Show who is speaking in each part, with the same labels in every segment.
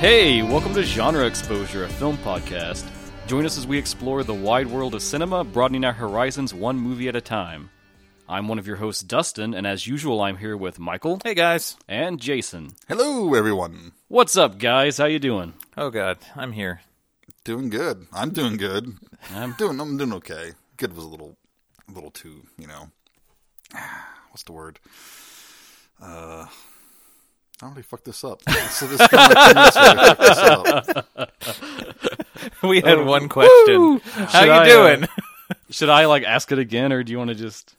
Speaker 1: Hey, welcome to Genre Exposure, a film podcast. Join us as we explore the wide world of cinema, broadening our horizons one movie at a time. I'm one of your hosts, Dustin, and as usual, I'm here with Michael
Speaker 2: Hey guys.
Speaker 1: and Jason.
Speaker 3: Hello, everyone.
Speaker 1: What's up, guys? How you doing?
Speaker 2: Oh god, I'm here.
Speaker 3: Doing good. I'm doing good. I'm doing. I'm doing okay. Good was a little, a little too. You know, what's the word? Uh, I already fucked this up. So this is kind of like 10 minutes where I fucked this up.
Speaker 2: We had one question. How
Speaker 1: Oh, Should
Speaker 2: you
Speaker 1: I, uh,
Speaker 2: doing?
Speaker 1: Should I like ask it again, or do you want to just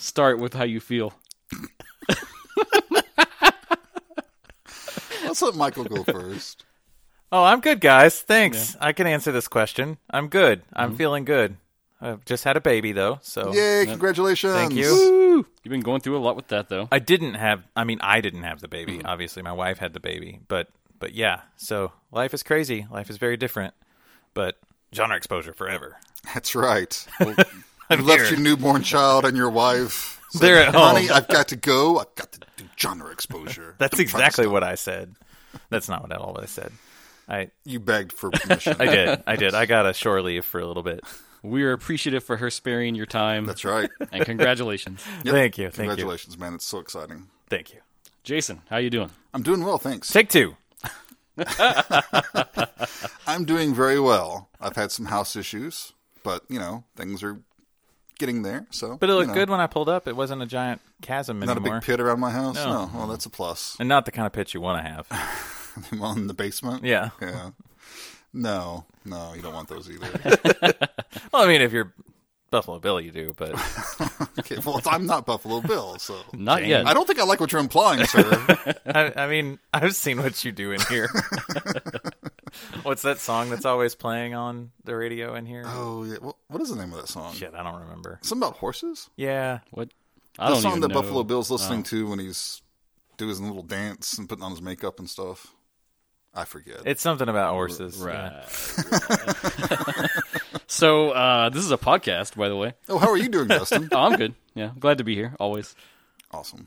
Speaker 1: start with how you feel?
Speaker 3: Let's let Michael go first.
Speaker 2: oh, I'm good, guys. Thanks. I can answer this question. I'm good. I'm
Speaker 1: Mm-hmm.
Speaker 2: feeling good. I just had a baby though, so
Speaker 3: Yay! Congratulations.
Speaker 2: thank you.
Speaker 1: Woo! You've been going through a lot with that, though.
Speaker 2: I didn't have I mean I didn't have the baby.
Speaker 1: Mm-hmm.
Speaker 2: Obviously my wife had the baby, but but yeah. So life is crazy. Life is very different. But genre exposure forever.
Speaker 3: That's right. Well, you left
Speaker 2: here. Oh.
Speaker 3: your newborn child and your wife. said,
Speaker 2: They're at home.
Speaker 3: Honey, I've got to go. I've got to do genre exposure.
Speaker 2: That's
Speaker 3: Don't try to
Speaker 2: exactly
Speaker 3: stop."
Speaker 2: what I said. That's not what at all I said. I
Speaker 3: you begged for permission.
Speaker 2: I did. I did. I got a shore leave for a little bit.
Speaker 1: We are appreciative for her sparing your time,
Speaker 3: That's right.
Speaker 1: and congratulations,
Speaker 2: Thank you. Thank you.
Speaker 3: Congratulations, man. It's so exciting.
Speaker 2: Thank you.
Speaker 1: Jason. How you doing?
Speaker 3: I'm doing well, thanks.
Speaker 2: Take two.
Speaker 3: I'm doing very well. I've had some house issues, but you know things are getting there. So,
Speaker 2: But it
Speaker 3: you
Speaker 2: looked
Speaker 3: know,
Speaker 2: good when I pulled up. It wasn't a giant chasm
Speaker 3: Not
Speaker 2: anymore.
Speaker 3: a big pit around my house. No, well, that's a plus.
Speaker 2: and not the kind of pitch you want to have.
Speaker 3: I'm on the basement.
Speaker 2: Yeah.
Speaker 3: yeah. No, no, you don't want those either.
Speaker 2: Well, I mean, if you're Buffalo Bill, you do, but
Speaker 3: okay, well, I'm not Buffalo Bill, so
Speaker 1: Not yet.
Speaker 3: I don't think I like what you're implying, sir.
Speaker 2: I, I mean, I've seen what you do in here. What's that song that's always playing on the radio in here?
Speaker 3: oh, yeah. Well, what is the name of that song?
Speaker 2: Shit, I don't remember.
Speaker 3: Something about horses.
Speaker 2: Yeah.
Speaker 1: What? I
Speaker 3: The
Speaker 1: don't
Speaker 3: song
Speaker 1: even
Speaker 3: that
Speaker 1: know.
Speaker 3: Buffalo Bill's listening to when he's doing his little dance and putting on his makeup and stuff. I forget.
Speaker 2: It's something about horses.
Speaker 1: Right.
Speaker 2: Yeah.
Speaker 1: so uh, this is a podcast, by the way.
Speaker 3: oh, how are you doing, Dustin?
Speaker 1: Oh, I'm good. Yeah, glad to be here always.
Speaker 3: awesome.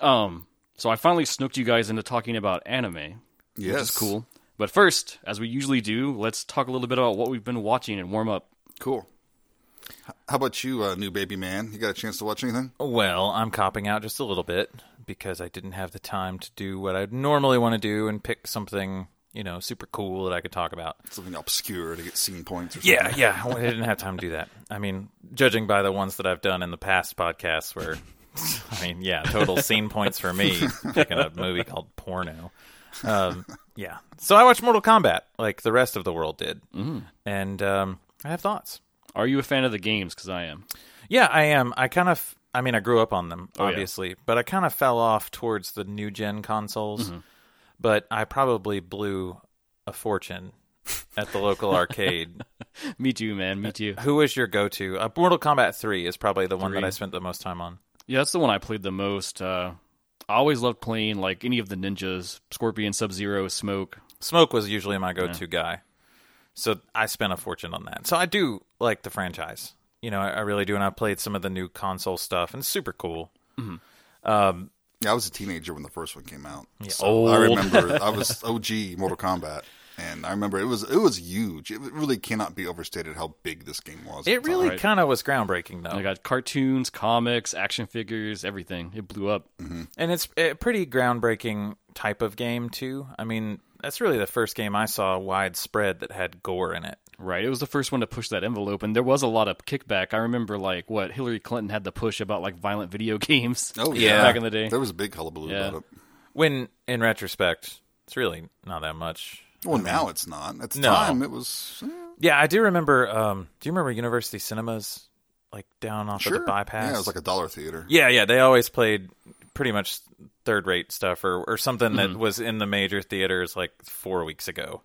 Speaker 1: Um, so I finally snooked you guys into talking about anime,
Speaker 3: Yes,
Speaker 1: which is cool. But first, as we usually do, let's talk a little bit about what we've been watching and warm up.
Speaker 3: Cool. H- How about you, uh, new baby man? You got a chance to watch anything?
Speaker 2: Well, I'm copping out just a little bit because I didn't have the time to do what I'd normally want to do and pick something, you know, super cool that I could talk about.
Speaker 3: Something obscure to get scene points or something?
Speaker 2: Yeah, yeah. I didn't have time to do that. I mean, judging by the ones that I've done in the past podcasts, where I mean, yeah, total scene points for me picking a movie called Porno. Um, yeah. So I watched Mortal Kombat, like the rest of the world did, mm. and um, I have thoughts.
Speaker 1: Are you a fan of the games? Because I am.
Speaker 2: Yeah, I am. I kind of, I mean, I grew up on them,
Speaker 1: yeah.
Speaker 2: obviously, but I kind of fell off towards the new gen consoles. But I probably blew a fortune at the local arcade
Speaker 1: Me too, man. Me too.
Speaker 2: Who was your go-to? Uh, Mortal Kombat 3 is probably the one that I spent the most time on.
Speaker 1: Yeah, that's the one I played the most. Uh, I always loved playing like any of the ninjas, Scorpion, Sub Zero, Smoke.
Speaker 2: Smoke was usually my go-to guy. So I spent a fortune on that. So I do like the franchise. You know, I, I really do and I played some of the new console stuff and it's super cool.
Speaker 3: Yeah, I was a teenager when the first one came out. so
Speaker 1: old.
Speaker 3: I remember I was OG Mortal Kombat, and I remember it was it was huge. It really cannot be overstated how big this game was. at
Speaker 2: It
Speaker 3: the
Speaker 2: really
Speaker 3: time.
Speaker 2: kind of was groundbreaking though.
Speaker 1: I got cartoons, comics, action figures, everything. It blew up.
Speaker 2: And it's a pretty groundbreaking type of game too. I mean, that's really the first game I saw widespread that had gore in it.
Speaker 1: Right. It was the first one to push that envelope, and there was a lot of kickback. I remember, like, what Hillary Clinton had to push about, like, violent video games
Speaker 3: Oh
Speaker 2: Yeah.
Speaker 3: yeah,
Speaker 1: back in the day.
Speaker 3: there was a big hullabaloo
Speaker 1: Yeah.
Speaker 3: about it.
Speaker 2: When in retrospect, it's really not that much.
Speaker 3: Well, now it's not. At the
Speaker 2: No.
Speaker 3: time, it was eh,
Speaker 2: Yeah, I do remember. Um, do you remember University Cinemas, like down off
Speaker 3: sure
Speaker 2: of the bypass?
Speaker 3: Yeah, it was like a dollar theater.
Speaker 2: yeah, yeah. They always played pretty much third-rate stuff or or something that was in the major theaters like four weeks ago.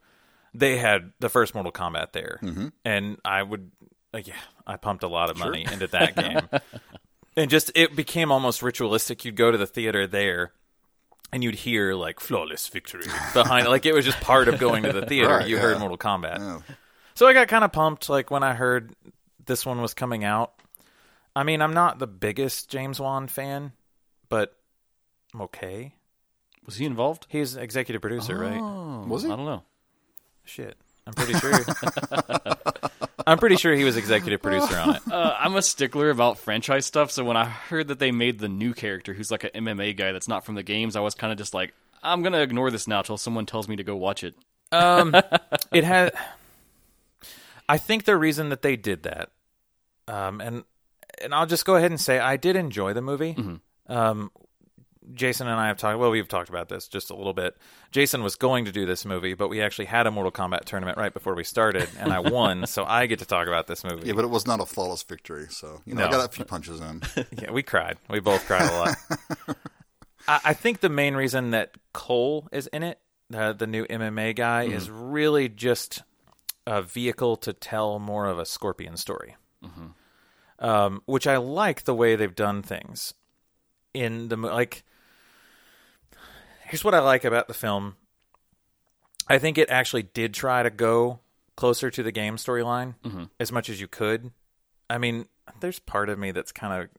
Speaker 2: They had the first Mortal Kombat there,
Speaker 3: Mm-hmm.
Speaker 2: and I would, uh, yeah, I pumped a lot of money into that game, and just it became almost ritualistic. You'd go to the theater there. And you'd hear like flawless victory behind, like it was just part of going to the theater.
Speaker 3: Right,
Speaker 2: you heard
Speaker 3: yeah.
Speaker 2: Mortal Kombat.
Speaker 3: Yeah.
Speaker 2: So I got kind of pumped, like when I heard this one was coming out. I mean, I'm not the biggest James Wan fan, but I'm okay.
Speaker 1: Was he involved?
Speaker 2: He's executive producer, right?
Speaker 3: Oh, Was he?
Speaker 1: I don't know.
Speaker 2: Shit. I'm pretty sure. I'm pretty sure he was executive producer on it.
Speaker 1: Uh, I'm a stickler about franchise stuff, so when I heard that they made the new character who's like an MMA guy that's not from the games, I was kind of just like, I'm gonna ignore this now till someone tells me to go watch it.
Speaker 2: Um, it had. I think the reason that they did that, um, and and I'll just go ahead and say I did enjoy the movie. Um, Jason and I have talked. Well, we've talked about this just a little bit. Jason was going to do this movie, but we actually had a Mortal Kombat tournament right before we started, and I won, so I get to talk about this movie.
Speaker 3: Yeah, but it was not a flawless victory. So you know, I
Speaker 2: No.
Speaker 3: got a few punches in.
Speaker 2: Yeah, we cried. We both cried a lot. I, I think the main reason that Cole is in it, uh, the new MMA guy, is really just a vehicle to tell more of a Scorpion story, um, which I like the way they've done things in the mo- like. Here's what I like about the film. I think it actually did try to go closer to the game storyline as much as you could. I mean, there's part of me that's kind of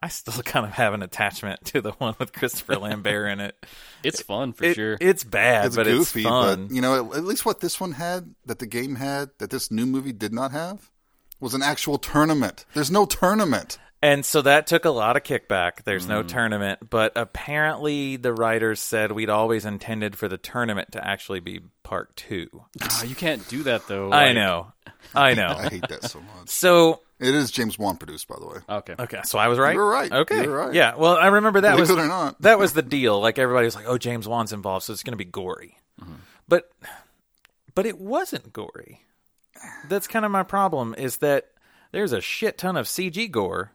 Speaker 2: I still kind of have an attachment to the one with Christopher Lambert in it.
Speaker 1: It's fun for
Speaker 2: It-
Speaker 1: sure.
Speaker 2: It's bad,
Speaker 3: It's
Speaker 2: but
Speaker 3: goofy,
Speaker 2: it's fun.
Speaker 3: but you know, at, at least what this one had that the game had that this new movie did not have was an actual tournament. There's no tournament.
Speaker 2: And so that took a lot of kickback. There's no tournament, but apparently the writers said we'd always intended for the tournament to actually be part two.
Speaker 1: Ah, you can't do that though.
Speaker 2: I
Speaker 1: like-
Speaker 2: know. I know.
Speaker 3: I hate that so much.
Speaker 2: So
Speaker 3: It is James Wan produced, by the way.
Speaker 1: Okay.
Speaker 2: Okay, so I was right.
Speaker 3: You were right.
Speaker 2: Okay,
Speaker 3: You were right.
Speaker 2: Yeah. Well, I remember that
Speaker 3: Believe
Speaker 2: was
Speaker 3: it or not.
Speaker 2: that was the deal. Like everybody was like, "Oh, James Wan's involved, so it's going to be gory," but but it wasn't gory. That's kind of my problem. Is that there's a shit ton of CG gore,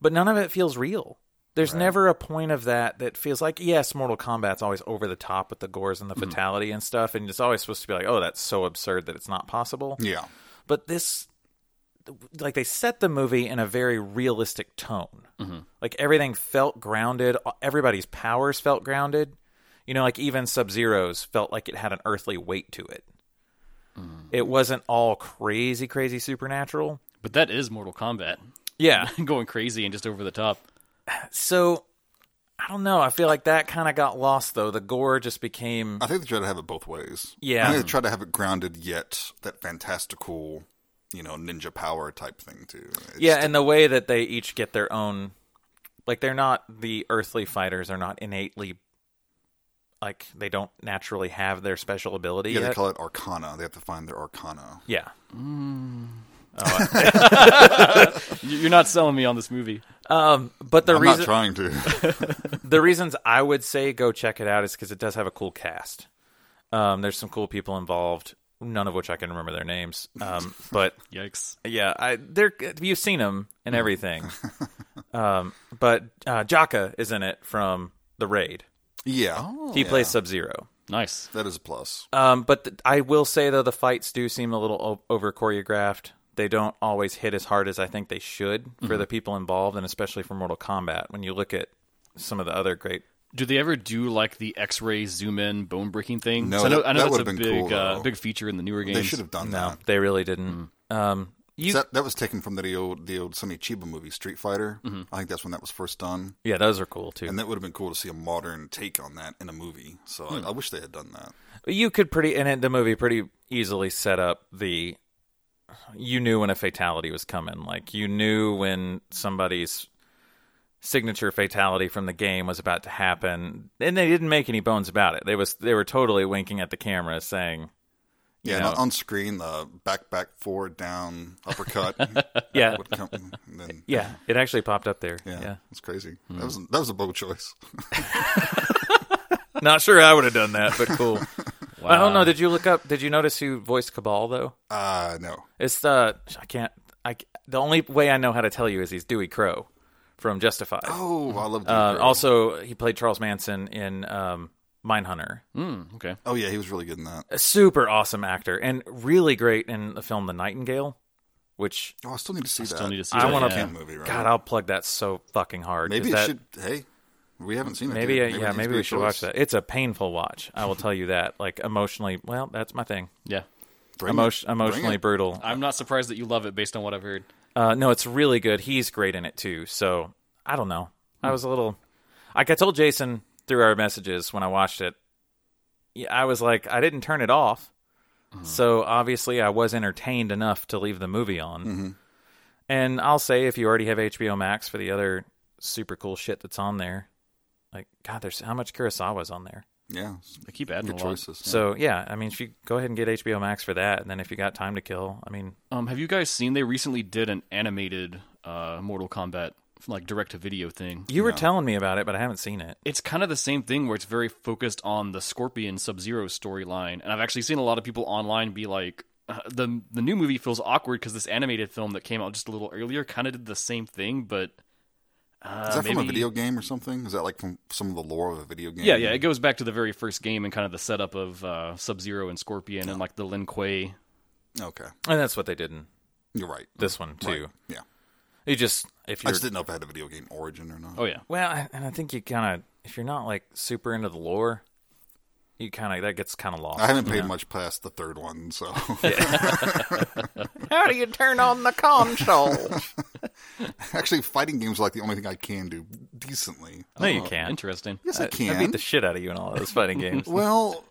Speaker 2: but none of it feels real. There's never a point of that that feels like yes, Mortal Kombat's always over the top with the gores and the fatality and stuff, and it's always supposed to be like, oh, that's so absurd that it's not possible
Speaker 3: Yeah.
Speaker 2: but this like they set the movie in a very realistic tone like everything felt grounded everybody's powers felt grounded you know like even sub zero's felt like it had an earthly weight to it it wasn't all crazy crazy supernatural
Speaker 1: But that is Mortal Kombat.
Speaker 2: yeah
Speaker 1: Going crazy and just over the top.
Speaker 2: so i don't know i feel like that kind of got lost though the gore just became
Speaker 3: I think they try to have it both ways.
Speaker 2: Yeah.
Speaker 3: I think they try to have it grounded yet that fantastical, you know, ninja power type thing too. It's
Speaker 2: yeah and the way that they each get their own like they're not the earthly fighters they're not innately like they don't naturally have their special ability
Speaker 3: Yeah, they
Speaker 2: yet.
Speaker 3: call it arcana. They have to find their arcana.
Speaker 2: yeah
Speaker 1: You- You're not selling me on this movie.
Speaker 2: um but the
Speaker 3: I'm
Speaker 2: reason
Speaker 3: not trying to.
Speaker 2: the reasons i would say go check it out is because it does have a cool cast um there's some cool people involved none of which i can remember their names um but
Speaker 1: Yikes.
Speaker 2: yeah i they're you've seen them
Speaker 3: Mm.
Speaker 2: and everything um but uh jaka is in it from the raid
Speaker 3: yeah. Oh,
Speaker 2: he plays sub zero
Speaker 1: Nice.
Speaker 3: That is a plus.
Speaker 2: Um, but th- I will say though the fights do seem a little o- over choreographed. They don't always hit as hard as I think they should for the people involved, and especially for Mortal Kombat. When you look at some of the other great,
Speaker 1: Do they ever do like the X-ray zoom in bone breaking thing?
Speaker 3: No,
Speaker 1: 'Cause I know,
Speaker 3: that-
Speaker 1: I know
Speaker 3: that
Speaker 1: that's a
Speaker 3: would've been
Speaker 1: big
Speaker 3: cool,
Speaker 1: uh,
Speaker 3: though.
Speaker 1: big feature in the newer games.
Speaker 3: They should have done
Speaker 2: no,
Speaker 3: that.
Speaker 2: they really didn't. Um, you,
Speaker 3: that. That was taken from the old the old Sonny Chiba movie Street Fighter.
Speaker 2: Mm-hmm.
Speaker 3: I think that's when that was first done,
Speaker 2: yeah, those are cool too.
Speaker 3: and that would have been cool to see a modern take on that in a movie. So
Speaker 2: Hmm.
Speaker 3: I, I wish they had done that.
Speaker 2: you could pretty and it, the movie pretty easily set up the you knew when a fatality was coming like you knew when somebody's signature fatality from the game was about to happen and they didn't make any bones about it they was they were totally winking at the camera saying
Speaker 3: Yeah, and
Speaker 2: know.
Speaker 3: on- on screen, the back, back, forward, down, uppercut would
Speaker 2: yeah
Speaker 3: come. And then,
Speaker 2: yeah it actually popped up there
Speaker 3: yeah,
Speaker 2: yeah, Hmm.
Speaker 3: it's crazy. That was that was a bold choice.
Speaker 2: not sure i would have done that but cool i don't
Speaker 1: Wow.
Speaker 2: know did you look up did you notice who voiced cabal though
Speaker 3: Uh no,
Speaker 2: it's the i can't i the only way i know how to tell you is he's dewey crow from justified
Speaker 3: oh, I love.
Speaker 2: Uh,
Speaker 3: Dean Grove.
Speaker 2: also, he played Charles Manson in um, Mindhunter.
Speaker 1: Mm, okay.
Speaker 3: oh yeah, he was really good in that.
Speaker 2: A super awesome actor and really great in the film The Nightingale, which
Speaker 3: Oh, I still need to see that.
Speaker 1: Still need to see.
Speaker 2: I
Speaker 1: that,
Speaker 2: wanna-
Speaker 1: yeah.
Speaker 3: That movie, right?
Speaker 2: God, I'll plug that so fucking hard. 'cause
Speaker 3: maybe it
Speaker 2: that-
Speaker 3: should. Hey, we haven't seen it.
Speaker 2: Maybe,
Speaker 3: dude.
Speaker 2: uh, yeah,
Speaker 3: it's a
Speaker 2: maybe
Speaker 3: good
Speaker 2: we should watch
Speaker 3: choice.
Speaker 2: that. It's a painful watch. I will tell you that. Like emotionally, well, that's my thing.
Speaker 1: Yeah.
Speaker 3: Bring it.
Speaker 2: Emotion,
Speaker 3: Bring
Speaker 2: emotionally
Speaker 3: it.
Speaker 2: brutal.
Speaker 1: I'm not surprised that you love it based on what I've heard.
Speaker 2: Uh, no, it's really good. He's great in it too. So I don't
Speaker 3: Hmm.
Speaker 2: know. I was a little like I told Jason through our messages when I watched it. yeah, I was like, I didn't turn it off.
Speaker 3: Mm-hmm.
Speaker 2: So obviously, I was entertained enough to leave the movie on.
Speaker 3: Mm-hmm.
Speaker 2: And I'll say, if you already have HBO Max for the other super cool shit that's on there, like God, there's how much Kurosawa's on there.
Speaker 3: Yeah,
Speaker 1: They keep adding
Speaker 3: good
Speaker 1: a lot.
Speaker 3: choices. yeah.
Speaker 2: So yeah, I mean, if you go ahead and get HBO Max for that, and then if you got time to kill, I mean,
Speaker 1: Um, have you guys seen? They recently did an animated uh, Mortal Kombat like direct to video thing.
Speaker 2: you were telling me about it, but I haven't seen it.
Speaker 1: It's kind of the same thing where it's very focused on the Scorpion Sub Zero storyline, and I've actually seen a lot of people online be like, uh, the the new movie feels awkward because this animated film that came out just a little earlier kind of did the same thing, but uh,
Speaker 3: Is that from a
Speaker 1: maybe-
Speaker 3: video game or something? Is that like from some of the lore of a video game?
Speaker 1: Yeah, yeah, it goes back to the very first game and kind of the setup of uh, Sub Zero and Scorpion and like the Lin Kuei.
Speaker 3: Okay,
Speaker 2: And that's what they did in
Speaker 3: you're right.
Speaker 2: this one too.
Speaker 3: Yeah,
Speaker 2: You just if
Speaker 3: I
Speaker 2: you're
Speaker 3: just didn't know if it had a video game origin or not.
Speaker 1: Oh yeah,
Speaker 2: well, I- and I think you kind of if you're not like super into the lore, you kind of that gets kind of lost.
Speaker 3: I haven't paid much past the third one, so
Speaker 2: How do you turn on the console?
Speaker 3: actually, fighting games are like the only thing I can do decently.
Speaker 2: no, you can't.
Speaker 1: Oh, interesting.
Speaker 3: Yes, I, can.
Speaker 2: I beat the shit out of you in all those fighting games.
Speaker 3: well,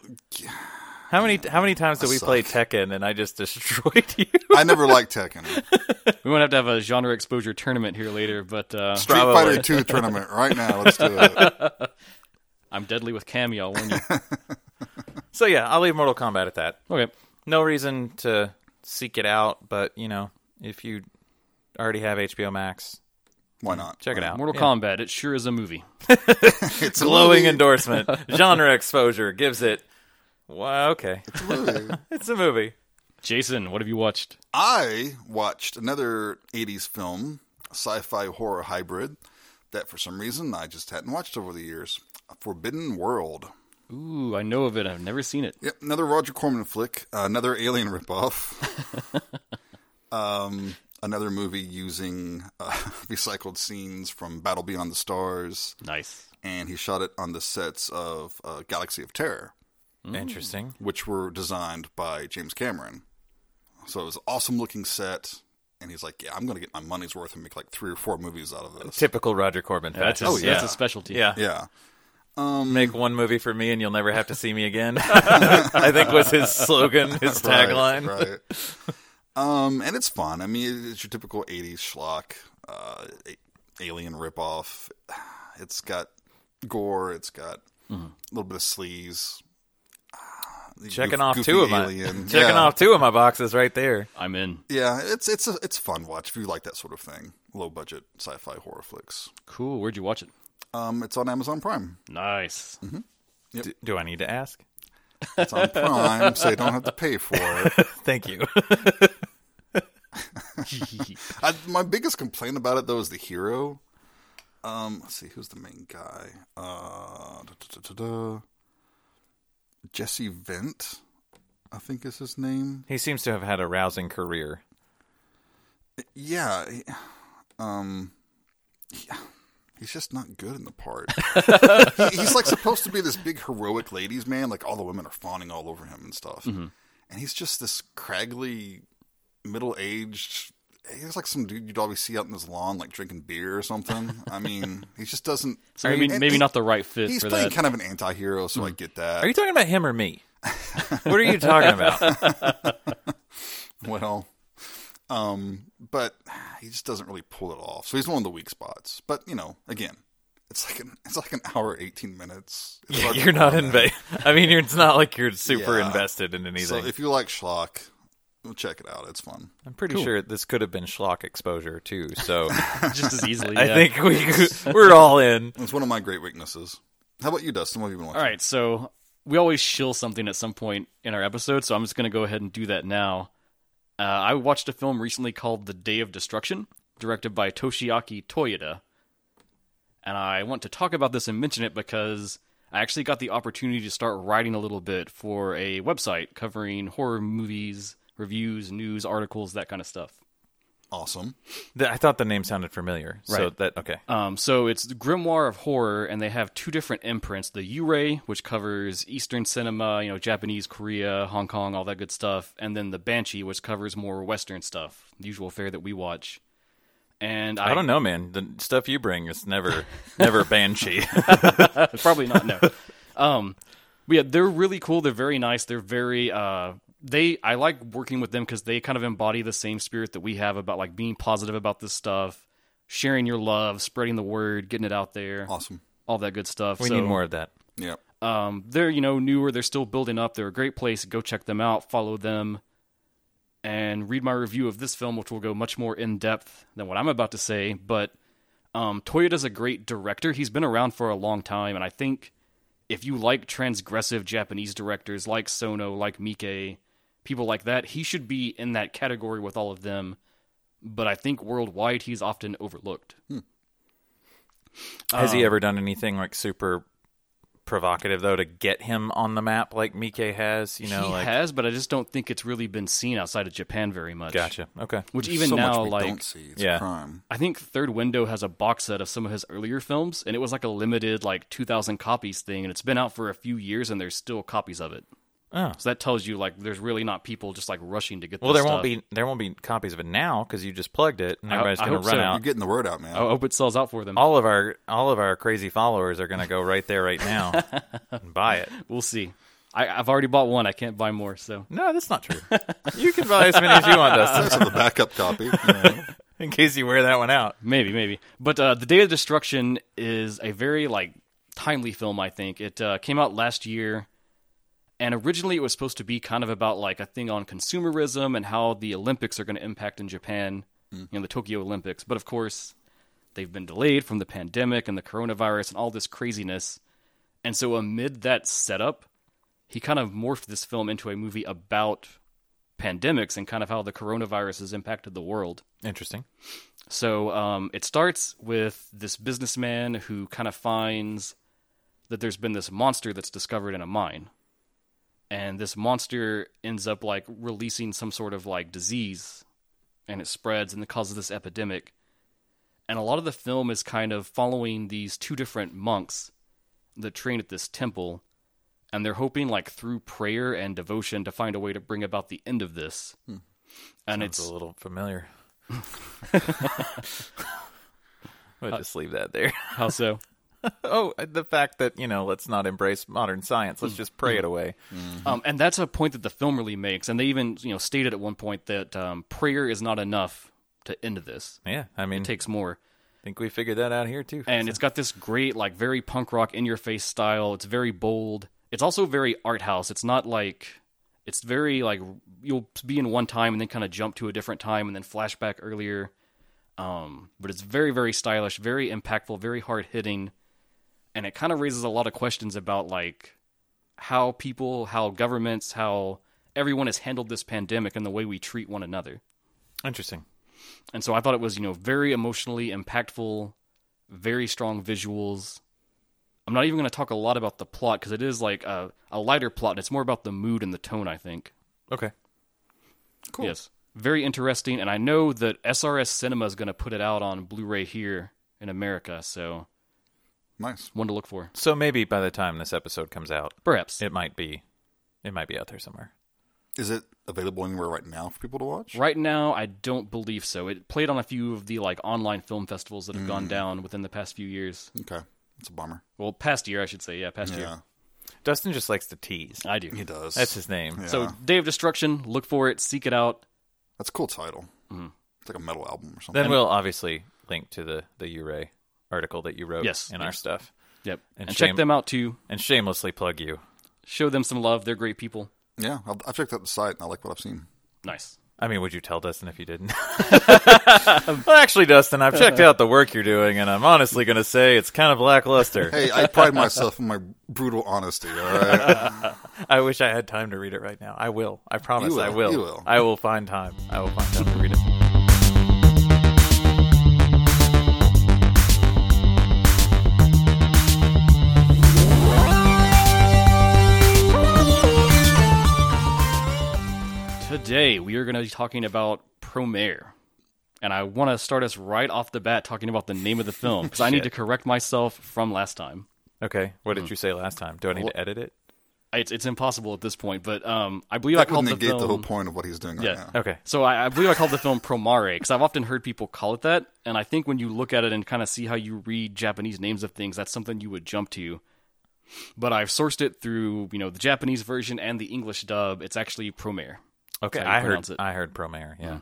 Speaker 2: How many how many times did we
Speaker 3: suck.
Speaker 2: play Tekken and I just destroyed you?
Speaker 3: I never liked Tekken. Street
Speaker 1: We won't have to have a genre exposure tournament here later, but uh,
Speaker 2: Probably.
Speaker 3: Fighter Two tournament right now. Let's do it.
Speaker 1: I'm deadly with Cammy. I'll warn you.
Speaker 2: So yeah, I'll leave Mortal Kombat at that.
Speaker 1: Okay.
Speaker 2: No reason to seek it out, but you know, if you already have HBO Max,
Speaker 3: Why not?
Speaker 2: check it out.
Speaker 1: Mortal
Speaker 2: Yeah.
Speaker 1: Kombat, it sure is a movie.
Speaker 3: It's
Speaker 2: glowing
Speaker 3: and
Speaker 2: endorsement. Genre exposure gives it. Wow, okay. It's a movie.
Speaker 1: Jason, what have you watched?
Speaker 3: I watched another 80s film, sci fi horror hybrid, that for some reason I just hadn't watched over the years Forbidden World.
Speaker 1: Ooh, I know of it. I've never seen it.
Speaker 3: Yep, another Roger Corman flick, another alien ripoff, um, another movie using uh, recycled scenes from Battle Beyond the Stars,
Speaker 1: Nice.
Speaker 3: and he shot it on the sets of uh, Galaxy of Terror.
Speaker 2: Mm. Interesting.
Speaker 3: which were designed by James Cameron. So it was an awesome looking set, and he's like, "Yeah, I'm going to get my money's worth and make like three or four movies out of this."
Speaker 2: Typical Roger Corbin.
Speaker 1: That's his,
Speaker 2: fashion.
Speaker 3: Oh, yeah.
Speaker 1: that's his specialty.
Speaker 2: yeah.
Speaker 3: Yeah,
Speaker 2: Make one movie for me and you'll never have to see me again. I think was his slogan, his tagline.
Speaker 3: right? right. um, and it's fun. I mean, it's your typical '80s schlock, uh, a- alien ripoff. It's got gore. It's got
Speaker 2: Mm-hmm.
Speaker 3: a little bit of sleaze. Ah, the
Speaker 2: Checking
Speaker 3: goof-
Speaker 2: off
Speaker 3: goofy
Speaker 2: two of my
Speaker 3: alien.
Speaker 2: checking
Speaker 3: Yeah.
Speaker 2: off two of my boxes right there.
Speaker 1: I'm in.
Speaker 3: Yeah, it's it's a it's a fun watch if you like that sort of thing. Low budget sci-fi horror flicks.
Speaker 1: Cool. Where'd you watch it?
Speaker 3: Um, it's on Amazon Prime.
Speaker 1: Nice.
Speaker 2: Mm-hmm. D- do I need to ask?
Speaker 3: It's on Prime, so you don't have to pay for it.
Speaker 2: Thank you.
Speaker 3: I, my biggest complaint about it though is the hero. Um, let's see who's the main guy. Uh, da, da, da, da, da. Jesse Vent, I think is his name.
Speaker 2: he seems to have had a rousing career.
Speaker 3: Yeah. he- um. he- He's just not good in the part. he, he's like supposed to be this big heroic ladies man, like all the women are fawning all over him and stuff.
Speaker 1: Mm-hmm.
Speaker 3: And he's just this craggly, middle aged. He's like some dude you'd always see out in his lawn, like drinking beer or something. I mean, he just doesn't.
Speaker 1: So maybe,
Speaker 3: and
Speaker 1: maybe
Speaker 3: he-
Speaker 1: not the right fit
Speaker 3: He's
Speaker 1: for
Speaker 3: playing
Speaker 1: that. Mm-hmm.
Speaker 3: kind of an anti-hero, so I get that.
Speaker 2: Are you talking about him or me? what are you talking about?
Speaker 3: well um but he just doesn't really pull it off so he's one of the weak spots but you know again it's like an it's like an hour 18 minutes It's
Speaker 2: Yeah,
Speaker 3: hard to
Speaker 2: you're not
Speaker 3: follow that.
Speaker 2: invested. I mean, you're, it's not like you're super
Speaker 3: Yeah.
Speaker 2: invested in anything.
Speaker 3: so if you like schlock well, check it out it's fun
Speaker 2: I'm pretty sure this could have been schlock exposure too. So
Speaker 1: just as easily.
Speaker 2: I
Speaker 1: yeah.
Speaker 2: think we we're all in.
Speaker 3: it's one of my great weaknesses how about you dustin what have you been watching
Speaker 1: All right, so we always shill something at some point in our episode, so I'm just going to go ahead and do that now. Uh, I watched a film recently called The Day of Destruction, directed by Toshiaki Toyota. And I want to talk about this and mention it because I actually got the opportunity to start writing a little bit for a website covering horror movies, reviews, news, articles, that kind of stuff.
Speaker 3: awesome
Speaker 2: Th- I thought the name sounded familiar. So
Speaker 1: Right.
Speaker 2: that okay.
Speaker 1: Um, so it's the Grimoire of Horror, and they have two different imprints: the Yurei, which covers Eastern cinema, you know, Japanese, Korea, Hong Kong, all that good stuff, and then the Banshee, which covers more Western stuff, the usual fare that we watch. And I,
Speaker 2: I don't know, man. The stuff you bring is never, never banshee.
Speaker 1: probably not. No. Um, But yeah, they're really cool. They're very nice. They're very uh they I like working with them cuz they kind of embody the same spirit that we have about like being positive about this stuff, sharing your love, spreading the word, getting it out there,
Speaker 3: Awesome.
Speaker 1: all that good stuff.
Speaker 2: We
Speaker 1: So,
Speaker 2: need more of that.
Speaker 3: Yeah.
Speaker 1: Um they're, you know, newer, they're still building up. They're a great place. Go check them out, follow them and read my review of this film which will go much more in depth than what I'm about to say, but um, Toyoda's a great director. He's been around for a long time, and I think if you like transgressive Japanese directors like Sono, like Mike, people like that, he should be in that category with all of them. But I think worldwide, he's often overlooked.
Speaker 2: Has
Speaker 1: um,
Speaker 2: he ever done anything like super provocative though to get him on the map like Mike has? You know,
Speaker 1: he
Speaker 2: like
Speaker 1: has, but I just don't think it's really been seen outside of Japan very much.
Speaker 2: gotcha. Okay,
Speaker 1: Which
Speaker 3: There's
Speaker 1: even
Speaker 3: so
Speaker 1: now,
Speaker 3: much we
Speaker 1: like
Speaker 3: don't see. It's
Speaker 2: yeah.
Speaker 3: a crime.
Speaker 1: I think Third Window has a box set of some of his earlier films, and it was like a limited like two thousand copies thing, and it's been out for a few years, and there's still copies of it.
Speaker 2: Oh.
Speaker 1: So that tells you like there's really not people just like rushing to get.
Speaker 2: Well,
Speaker 1: this
Speaker 2: there won't
Speaker 1: stuff.
Speaker 2: be there won't be copies of it now because you just plugged it, and
Speaker 1: I-
Speaker 2: everybody's
Speaker 1: I
Speaker 2: going
Speaker 1: hope
Speaker 2: to run
Speaker 1: so.
Speaker 2: out.
Speaker 3: You're getting the word out, man.
Speaker 2: Oh.
Speaker 1: I Oh, hope it sells out for them.
Speaker 2: all of our all of our crazy followers are going to go right there right now and buy it.
Speaker 1: we'll see. I, I've already bought one. I can't buy more. So
Speaker 2: No, that's not true. You can buy as many as you want, Dustin,
Speaker 3: That's on the backup copy. you know.
Speaker 2: in case you wear that one out.
Speaker 1: maybe, maybe. But uh, the Day of Destruction is a very like timely film. I think it uh, came out last year, and originally it was supposed to be kind of about like a thing on consumerism and how the Olympics are going to impact in Japan, you know, the Tokyo Olympics. But of course, they've been delayed from the pandemic and the coronavirus and all this craziness. And so, amid that setup, he kind of morphed this film into a movie about pandemics and kind of how the coronavirus has impacted the world.
Speaker 2: Interesting.
Speaker 1: So um, it starts with this businessman who kind of finds that there's been this monster that's discovered in a mine. And this monster ends up like releasing some sort of like disease and it spreads and it causes this epidemic. And a lot of the film is kind of following these two different monks that train at this temple. And they're hoping, like, through prayer and devotion, to find a way to bring about the end of this. And
Speaker 2: It's
Speaker 1: it's
Speaker 2: Hmm. a little familiar. We'll just leave that there.
Speaker 1: how so?
Speaker 2: Uh, Oh, the fact that you know, let's not embrace modern science. Let's just pray it away.
Speaker 1: Um, and that's a point that the film really makes. And they even, you know, stated at one point that um, prayer is not enough to end this.
Speaker 2: Yeah, I mean,
Speaker 1: It takes more.
Speaker 2: think we figured that out here too.
Speaker 1: And it's got this great, like, very punk rock in your face style. It's very bold. It's also very art house. It's not like, it's very, like, you'll be in one time and then kind of jump to a different time and then flashback earlier. Um, but it's very, very stylish, very impactful, very hard hitting. And it kind of raises a lot of questions about, like, how people, how governments, how everyone has handled this pandemic and the way we treat one another.
Speaker 2: interesting.
Speaker 1: And so I thought it was, you know, very emotionally impactful, very strong visuals. I'm not even going to talk a lot about the plot because it is like a, a lighter plot and it's more about the mood and the tone, I think.
Speaker 2: Okay,
Speaker 3: Cool.
Speaker 1: Yes. Very interesting. And I know that SRS Cinema is going to put it out on Blu ray here in America. So
Speaker 3: Nice.
Speaker 1: one to look for.
Speaker 2: so maybe by the time this episode comes out,
Speaker 1: Perhaps.
Speaker 2: it might be, it might be out there somewhere.
Speaker 3: Is it available anywhere right now for people to watch?
Speaker 1: Right now, I don't believe so. It played on a few of the like online film festivals that have gone down within the past few years.
Speaker 3: Okay. It's a bummer.
Speaker 1: Well, past year, I should say. Yeah, past
Speaker 3: Yeah.
Speaker 1: year.
Speaker 2: Dustin just likes to tease.
Speaker 1: I do.
Speaker 3: He does.
Speaker 2: That's his name.
Speaker 3: Yeah.
Speaker 1: So, Day of Destruction, look for it, seek it out.
Speaker 3: That's a cool title. It's like a metal album or something.
Speaker 2: Mm-hmm. Then we'll obviously link to the the Uray article that you wrote
Speaker 1: Yes,
Speaker 2: in our
Speaker 1: yes.
Speaker 2: stuff,
Speaker 1: Yep. And,
Speaker 2: And
Speaker 1: check
Speaker 2: shame-
Speaker 1: them out too.
Speaker 2: and shamelessly plug you.
Speaker 1: Show them some love. They're great people.
Speaker 3: yeah, I've, I've checked out the site and I like what I've seen.
Speaker 1: Nice.
Speaker 2: I mean, would you tell Dustin if you didn't? well, actually, Dustin, I've checked out the work you're doing, and I'm honestly going to say it's kind of lackluster.
Speaker 3: Hey, I pride myself on my brutal honesty. All right,
Speaker 2: I wish I had time to read it right now. I will. I promise.
Speaker 3: You
Speaker 2: I
Speaker 3: will.
Speaker 2: will.
Speaker 3: You will.
Speaker 2: I will find time. I will find time to read it.
Speaker 1: Today, we are going to be talking about Promare. And I want to start us right off the bat talking about the name of the film because I need to correct myself from last time.
Speaker 2: Okay. What
Speaker 1: Hmm.
Speaker 2: did you say last time? Do I need to edit it?
Speaker 1: It's, it's impossible at this point, but um, I believe I
Speaker 3: that would
Speaker 1: called the
Speaker 3: negate
Speaker 1: film.
Speaker 3: the whole point of what he's doing right
Speaker 1: Yeah.
Speaker 3: now.
Speaker 2: Okay.
Speaker 1: So I, I believe I called the film Promare because I've often heard people call it that, and I think when you look at it and kind of see how you read Japanese names of things, that's something you would jump to. But I've sourced it through you know the Japanese version and the English dub. It's actually Promare.
Speaker 2: Okay,
Speaker 1: how you
Speaker 2: I heard
Speaker 1: pronounce it.
Speaker 2: I heard Promare. Yeah,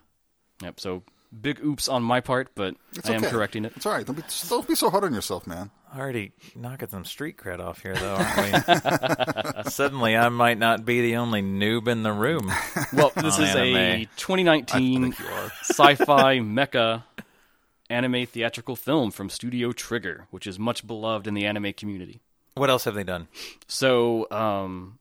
Speaker 1: Yep. So big oops on my part, but
Speaker 3: It's
Speaker 1: I am
Speaker 3: okay.
Speaker 1: correcting it.
Speaker 3: It's all right. Don't be, just don't be so hard on yourself, man.
Speaker 2: already knocking some street cred off here though, aren't we? Suddenly, I might not be the only noob in the room.
Speaker 1: Well, this
Speaker 2: on
Speaker 1: is a
Speaker 2: anime.
Speaker 1: 2019 sci-fi mecha anime theatrical film from Studio Trigger, which is much beloved in the anime community.
Speaker 2: What else have they done?
Speaker 1: So, um,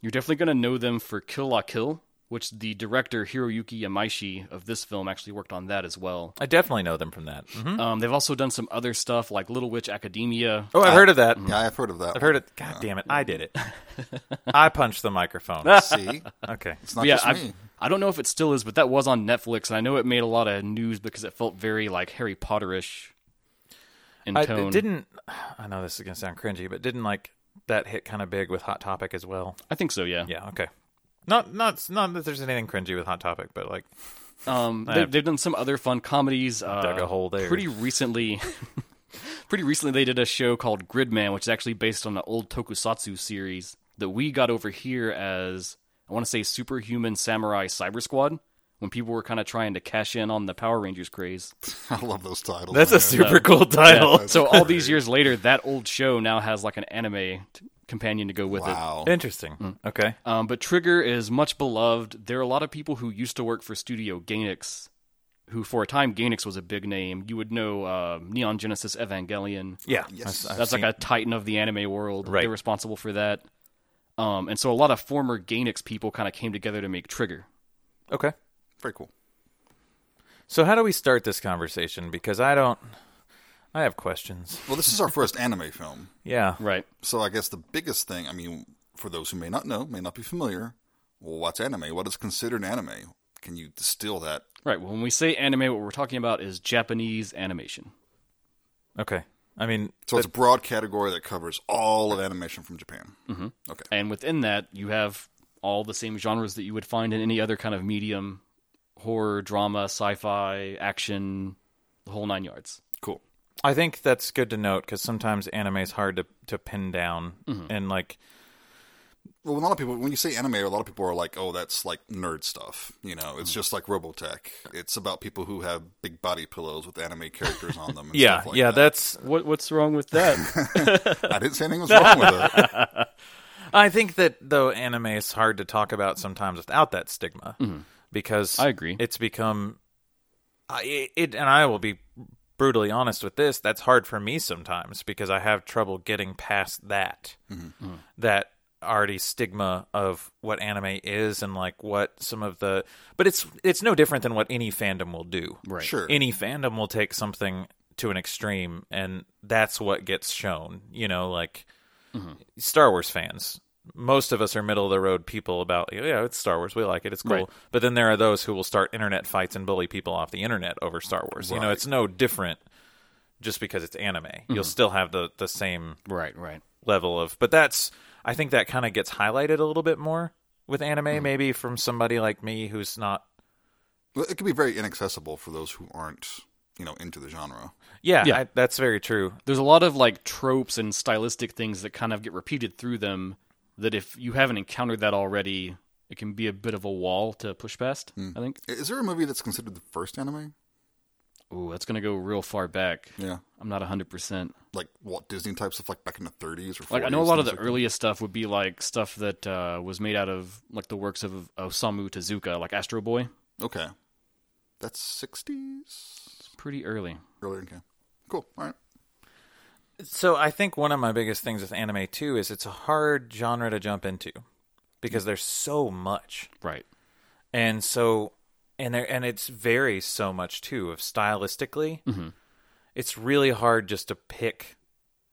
Speaker 1: you're definitely going to know them for Kill La Kill, which the director Hiroyuki Yamaishi of this film actually worked on that as well.
Speaker 2: I definitely know them from that.
Speaker 3: Hmm.
Speaker 2: Mhm.
Speaker 1: Um, they've also done some other stuff like Little Witch Academia.
Speaker 2: Oh, I've heard of that.
Speaker 3: Yeah, I've heard of that.
Speaker 2: I've heard it. God damn it! I did it. I punched the microphone.
Speaker 3: See,
Speaker 2: Okay.
Speaker 3: it's not
Speaker 1: yeah,
Speaker 3: just
Speaker 1: I've-
Speaker 3: me.
Speaker 1: I don't know if it still is, but that was on Netflix, and I know it made a lot of news because it felt very like Harry Potterish in
Speaker 2: I,
Speaker 1: tone.
Speaker 2: it didn't. I know this is gonna sound cringy, but didn't like that hit kind of big with Hot Topic as well.
Speaker 1: I think so, yeah.
Speaker 2: Yeah. Okay. Not not not that there's anything cringy with Hot Topic, but like
Speaker 1: Um, they, they've done some other fun comedies. Uh,
Speaker 2: Dug a hole there.
Speaker 1: Pretty recently, pretty recently they did a show called Gridman, which is actually based on an old tokusatsu series that we got over here as I want to say Superhuman Samurai Cyber Squad when people were kind of trying to cash in on the Power Rangers craze.
Speaker 3: I love those titles.
Speaker 2: that's a
Speaker 3: man.
Speaker 2: super cool title.
Speaker 1: so all these years later, that old show now has like an anime t- companion to go with it.
Speaker 3: wow.
Speaker 2: Interesting. Okay.
Speaker 1: Um, but Trigger is much beloved. There are a lot of people who used to work for Studio Gainax, who for a time Gainax was a big name. You would know uh, Neon Genesis Evangelion.
Speaker 2: Yeah.
Speaker 3: Yes.
Speaker 1: That's like a titan of the anime world.
Speaker 2: Right.
Speaker 1: They're responsible for that. Um, and so a lot of former Gainax people kind of came together to make Trigger.
Speaker 2: a okay.
Speaker 3: Very cool.
Speaker 2: So how do we start this conversation? Because I don't. I have questions.
Speaker 3: Well, this is our first anime film,
Speaker 2: Yeah.
Speaker 1: Right.
Speaker 3: so I guess the biggest thing. I mean, for those who may not know, may not be familiar, well, what's anime? What is considered anime? Can you distill that?
Speaker 1: Right. Well, when we say anime, what we're talking about is Japanese animation.
Speaker 2: Okay. I mean,
Speaker 3: So it's a broad category that covers all of animation from Japan. Mm-hmm. Okay.
Speaker 1: And within that, you have all the same genres that you would find in any other kind of medium horror, drama, sci fi, action, the whole nine yards.
Speaker 3: Cool.
Speaker 2: I think that's good to note because sometimes anime is hard to to pin down, and like
Speaker 3: Well, a lot of people, when you say anime, a lot of people are like, "Oh, that's like nerd stuff." You know, it's just like Robotech. It's about people who have big body pillows with anime characters on them. And
Speaker 2: yeah,
Speaker 3: stuff like
Speaker 2: yeah,
Speaker 3: that.
Speaker 2: that's
Speaker 1: What, what's wrong with that?
Speaker 3: I didn't say anything was wrong with it.
Speaker 2: I think that though anime is hard to talk about sometimes without that stigma because
Speaker 1: Mm-hmm. I agree.
Speaker 2: It's become I it and I will be brutally honest with this. That's hard for me sometimes because I have trouble getting past that
Speaker 1: Mm-hmm.
Speaker 2: that already stigma of what anime is and like what some of the but it's it's no different than what any fandom will do.
Speaker 1: Right.
Speaker 3: Sure.
Speaker 2: Any fandom will take something to an extreme and that's what gets shown, you know, like Star Wars fans. Most of us are middle of the road people about yeah, it's Star Wars, we like it, it's cool.
Speaker 1: Right.
Speaker 2: But then there are those who will start internet fights and bully people off the internet over Star Wars. You know, it's no different just because it's anime. You'll still have the the same
Speaker 1: Right, right.
Speaker 2: level of but that's I think that kind of gets highlighted a little bit more with anime maybe from somebody like me who's not
Speaker 3: Well, it can be very inaccessible for those who aren't, you know, into the genre.
Speaker 2: yeah,
Speaker 1: Yeah.
Speaker 2: I, that's very true.
Speaker 1: There's a lot of like tropes and stylistic things that kind of get repeated through them that if you haven't encountered that already, it can be a bit of a wall to push past, I think.
Speaker 3: I- Is there a movie that's considered the first anime?
Speaker 1: Ooh, that's going to go real far back.
Speaker 3: Yeah,
Speaker 1: I'm not 100%.
Speaker 3: like Walt Disney type stuff, like back in the 30s or 40s.
Speaker 1: Like I know a lot of the
Speaker 3: things like
Speaker 1: earliest stuff would be like stuff that uh, was made out of like the works of Osamu Tezuka, like Astro Boy.
Speaker 3: that. Okay, that's 60s.
Speaker 1: It's pretty early.
Speaker 3: Earlier, okay, cool. All right.
Speaker 2: So I think one of my biggest things with anime too is it's a hard genre to jump into
Speaker 1: Mm.
Speaker 2: because there's so much.
Speaker 1: Right.
Speaker 2: and so and there and it's varies so much too of stylistically
Speaker 1: Mm-hmm.
Speaker 2: it's really hard just to pick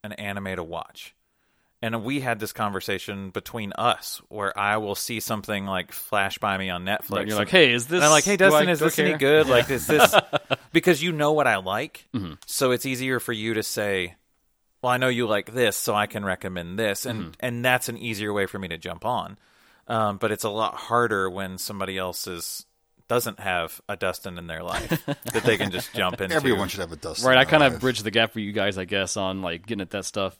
Speaker 2: an anime to watch and we had this conversation between us where i will see something like flash by me on netflix
Speaker 1: Right, you're like,
Speaker 2: and-
Speaker 1: hey, is this?
Speaker 2: and I'm like, hey,
Speaker 1: do I-
Speaker 2: Dustin, is
Speaker 1: do I
Speaker 2: this any
Speaker 1: care?"
Speaker 2: good? Like, is this because you know what I like? So it's easier for you to say, well, I know you like this, so I can recommend this, and and that's an easier way for me to jump on. Um, but it's a lot harder when somebody else is doesn't have a Dustin in their life that they can just jump into.
Speaker 3: Everyone should have a dust.
Speaker 1: Right.
Speaker 3: in
Speaker 1: I
Speaker 3: their
Speaker 1: kind of
Speaker 3: life.
Speaker 1: bridged the gap for you guys, I guess, on like getting at that stuff.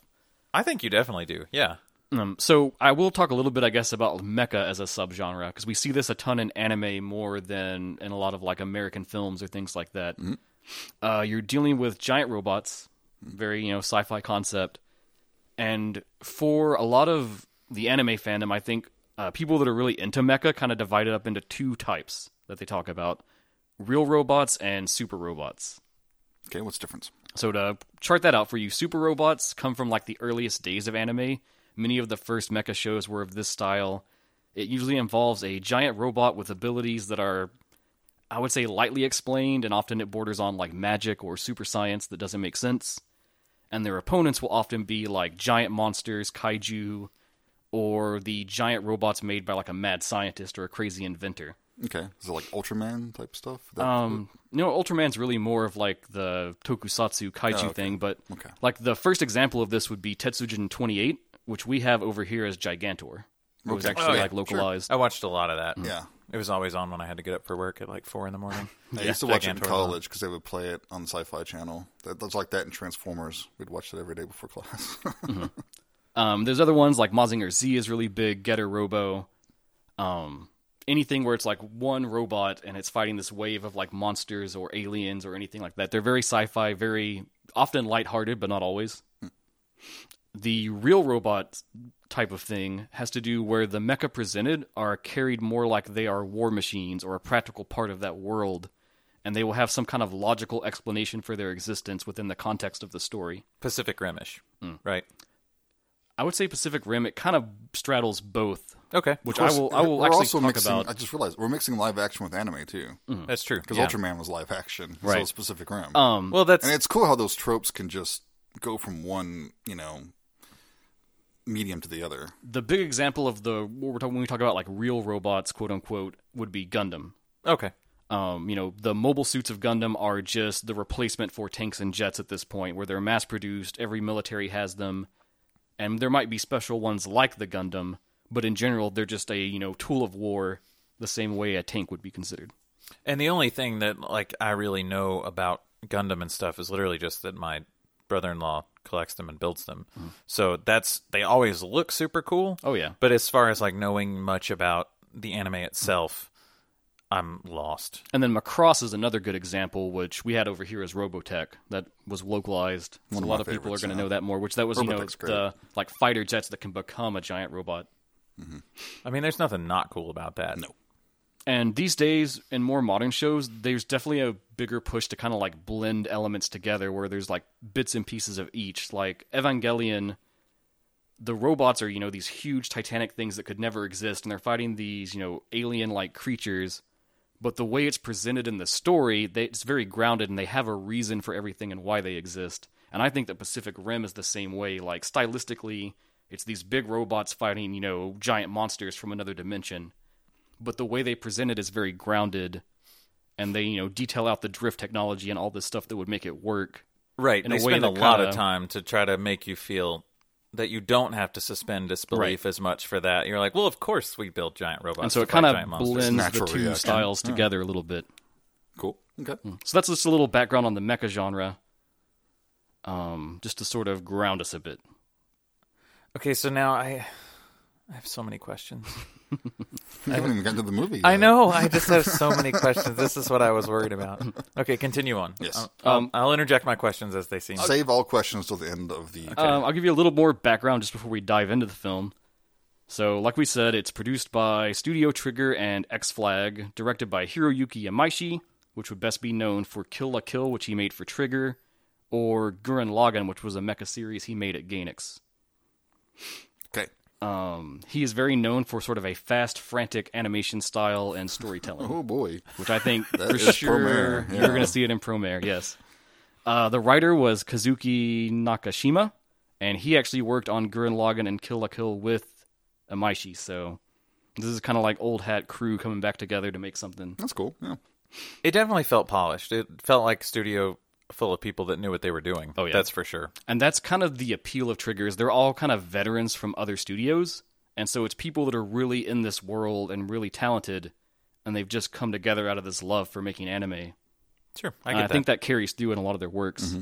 Speaker 2: I think you definitely do. Yeah.
Speaker 1: Um, so I will talk a little bit, I guess, about mecha as a subgenre because we see this a ton in anime more than in a lot of like American films or things like that. Uh, you're dealing with giant robots, very you know sci-fi concept, and for a lot of the anime fandom, I think uh, people that are really into mecha kind of divide it up into two types that they talk about: real robots and super robots.
Speaker 3: Okay, what's the difference?
Speaker 1: So to chart that out for you, super robots come from like the earliest days of anime. Many of the first mecha shows were of this style. It usually involves a giant robot with abilities that are I would say lightly explained and often it borders on like magic or super science that doesn't make sense. And their opponents will often be like giant monsters, kaiju, or the giant robots made by like a mad scientist or a crazy inventor.
Speaker 3: Okay, is it like Ultraman type stuff? That-
Speaker 1: Um, no, Ultraman's really more of like the tokusatsu kaiju
Speaker 3: Oh, okay.
Speaker 1: thing, but
Speaker 3: Okay.
Speaker 1: like the first example of this would be Tetsujin 28, which we have over here as Gigantor. It was
Speaker 3: Okay.
Speaker 1: actually
Speaker 2: Oh, yeah,
Speaker 1: like
Speaker 3: sure.
Speaker 1: localized.
Speaker 2: I watched a lot of that.
Speaker 3: yeah.
Speaker 2: It was always on when I had to get up for work at like four in the morning.
Speaker 3: I used to watch it in
Speaker 2: Gigantor.
Speaker 3: college because they would play it on the Sci-Fi Channel. That that was like that in Transformers. We'd watch it every day before class.
Speaker 1: Um, there's other ones like Mazinger Z is really big, Getter Robo. Um, anything where it's like one robot and it's fighting this wave of like monsters or aliens or anything like that. They're very sci fi, very often lighthearted, but not always. The real robot type of thing has to do where the mecha presented are carried more like they are war machines or a practical part of that world, and they will have some kind of logical explanation for their existence within the context of the story.
Speaker 2: Pacific Rimish, right?
Speaker 1: I would say Pacific Rim. It kind of straddles both,
Speaker 2: Okay,
Speaker 1: which
Speaker 3: Of
Speaker 1: I
Speaker 3: course,
Speaker 1: will. I will
Speaker 3: we're
Speaker 1: actually
Speaker 3: also
Speaker 1: talk
Speaker 3: mixing,
Speaker 1: about.
Speaker 3: I just realized we're mixing live action with anime too, because
Speaker 2: that's true.
Speaker 1: Yeah.
Speaker 3: Ultraman was live action, so
Speaker 1: Right.
Speaker 3: was Pacific Rim.
Speaker 1: Um,
Speaker 2: Well, that's
Speaker 3: and it's cool how those tropes can just go from one, you know, medium to the other.
Speaker 1: the big example of the what we're talking when we talk about like real robots, quote unquote, would be Gundam.
Speaker 2: okay.
Speaker 1: Um, you know, the mobile suits of Gundam are just the replacement for tanks and jets at this point, where they're mass produced. Every military has them, and there might be special ones like the Gundam, but in general, they're just a you know tool of war, the same way a tank would be considered.
Speaker 2: And the only thing that like I really know about Gundam and stuff is literally just that my brother-in-law collects them and builds them. So that's they always look super cool.
Speaker 1: Mm-hmm. Oh yeah,
Speaker 2: But as far as like knowing much about the anime itself, I'm lost.
Speaker 1: And then Macross is another good example, which we had over here as Robotech that was localized. So
Speaker 3: One
Speaker 1: a
Speaker 3: of
Speaker 1: lot
Speaker 3: my
Speaker 1: of people are
Speaker 3: favorites,
Speaker 1: going to
Speaker 3: yeah.
Speaker 1: know that more, which that was
Speaker 3: Robotech's
Speaker 1: you
Speaker 3: great.
Speaker 1: know the like fighter jets that can become a giant robot.
Speaker 2: I mean, there's nothing not cool about that.
Speaker 3: No.
Speaker 1: And these days, in more modern shows, there's definitely a bigger push to kind of like blend elements together, where there's like bits and pieces of each. Like Evangelion, the robots are you know these huge titanic things that could never exist, and they're fighting these you know alien like creatures. But the way it's presented in the story, they, it's very grounded, and they have a reason for everything and why they exist. And I think that Pacific Rim is the same way. Like stylistically, it's these big robots fighting you know giant monsters from another dimension but the way they present it is very grounded and they you know detail out the drift technology and all this stuff that would make it work
Speaker 2: Right.
Speaker 1: In
Speaker 2: they
Speaker 1: a way
Speaker 2: spend a
Speaker 1: that
Speaker 2: lot of
Speaker 1: kinda-
Speaker 2: time to try to make you feel that you don't have to suspend disbelief as much for that. You're like, well, of course we build giant robots.
Speaker 1: and so
Speaker 2: to
Speaker 1: it
Speaker 2: fight
Speaker 1: kind of
Speaker 2: giant monsters.
Speaker 1: blends the
Speaker 3: natural
Speaker 1: two
Speaker 3: reaction.
Speaker 1: styles together a little bit
Speaker 3: Cool. Okay.
Speaker 1: so that's just a little background on the mecha genre um, just to sort of ground us a bit
Speaker 2: Okay, so now I, I have so many questions.
Speaker 3: I haven't even gotten to the movie. Yet.
Speaker 2: I know. I just have so many questions. This is what I was worried about. Okay, continue on.
Speaker 3: Yes.
Speaker 2: I'll, I'll- I'll interject my questions as they seem.
Speaker 3: Save all questions till the end of the.
Speaker 1: Um, I'll give you a little more background just before we dive into the film. So, like we said, it's produced by Studio Trigger and X Flag, directed by Hiroyuki Yamaishi, which would best be known for Kill la Kill, which he made for Trigger, or Gurren Lagann, which was a mecha series he made at Gainax.
Speaker 3: Okay.
Speaker 1: Um, he is very known for sort of a fast, frantic animation style and storytelling,
Speaker 3: Oh boy.
Speaker 1: which I think for
Speaker 3: is
Speaker 1: sure
Speaker 3: Promare, yeah.
Speaker 1: you're going to see it in Promare, yes. Uh, the writer was Kazuki Nakashima, and he actually worked on Gurren Lagann and Kill la Kill with Amaishi. So this is kind of like old hat crew coming back together to make something.
Speaker 3: That's cool. Yeah.
Speaker 2: It definitely felt polished. It felt like a studio full of people that knew what they were doing.
Speaker 1: Oh, yeah.
Speaker 2: that's for sure.
Speaker 1: And that's kind of the appeal of Triggers. They're all kind of veterans from other studios, and so it's people that are really in this world and really talented, and they've just come together out of this love for making anime.
Speaker 2: Sure, I
Speaker 1: And I
Speaker 2: get that.
Speaker 3: Mm-hmm.
Speaker 1: think that carries through in a lot of their works.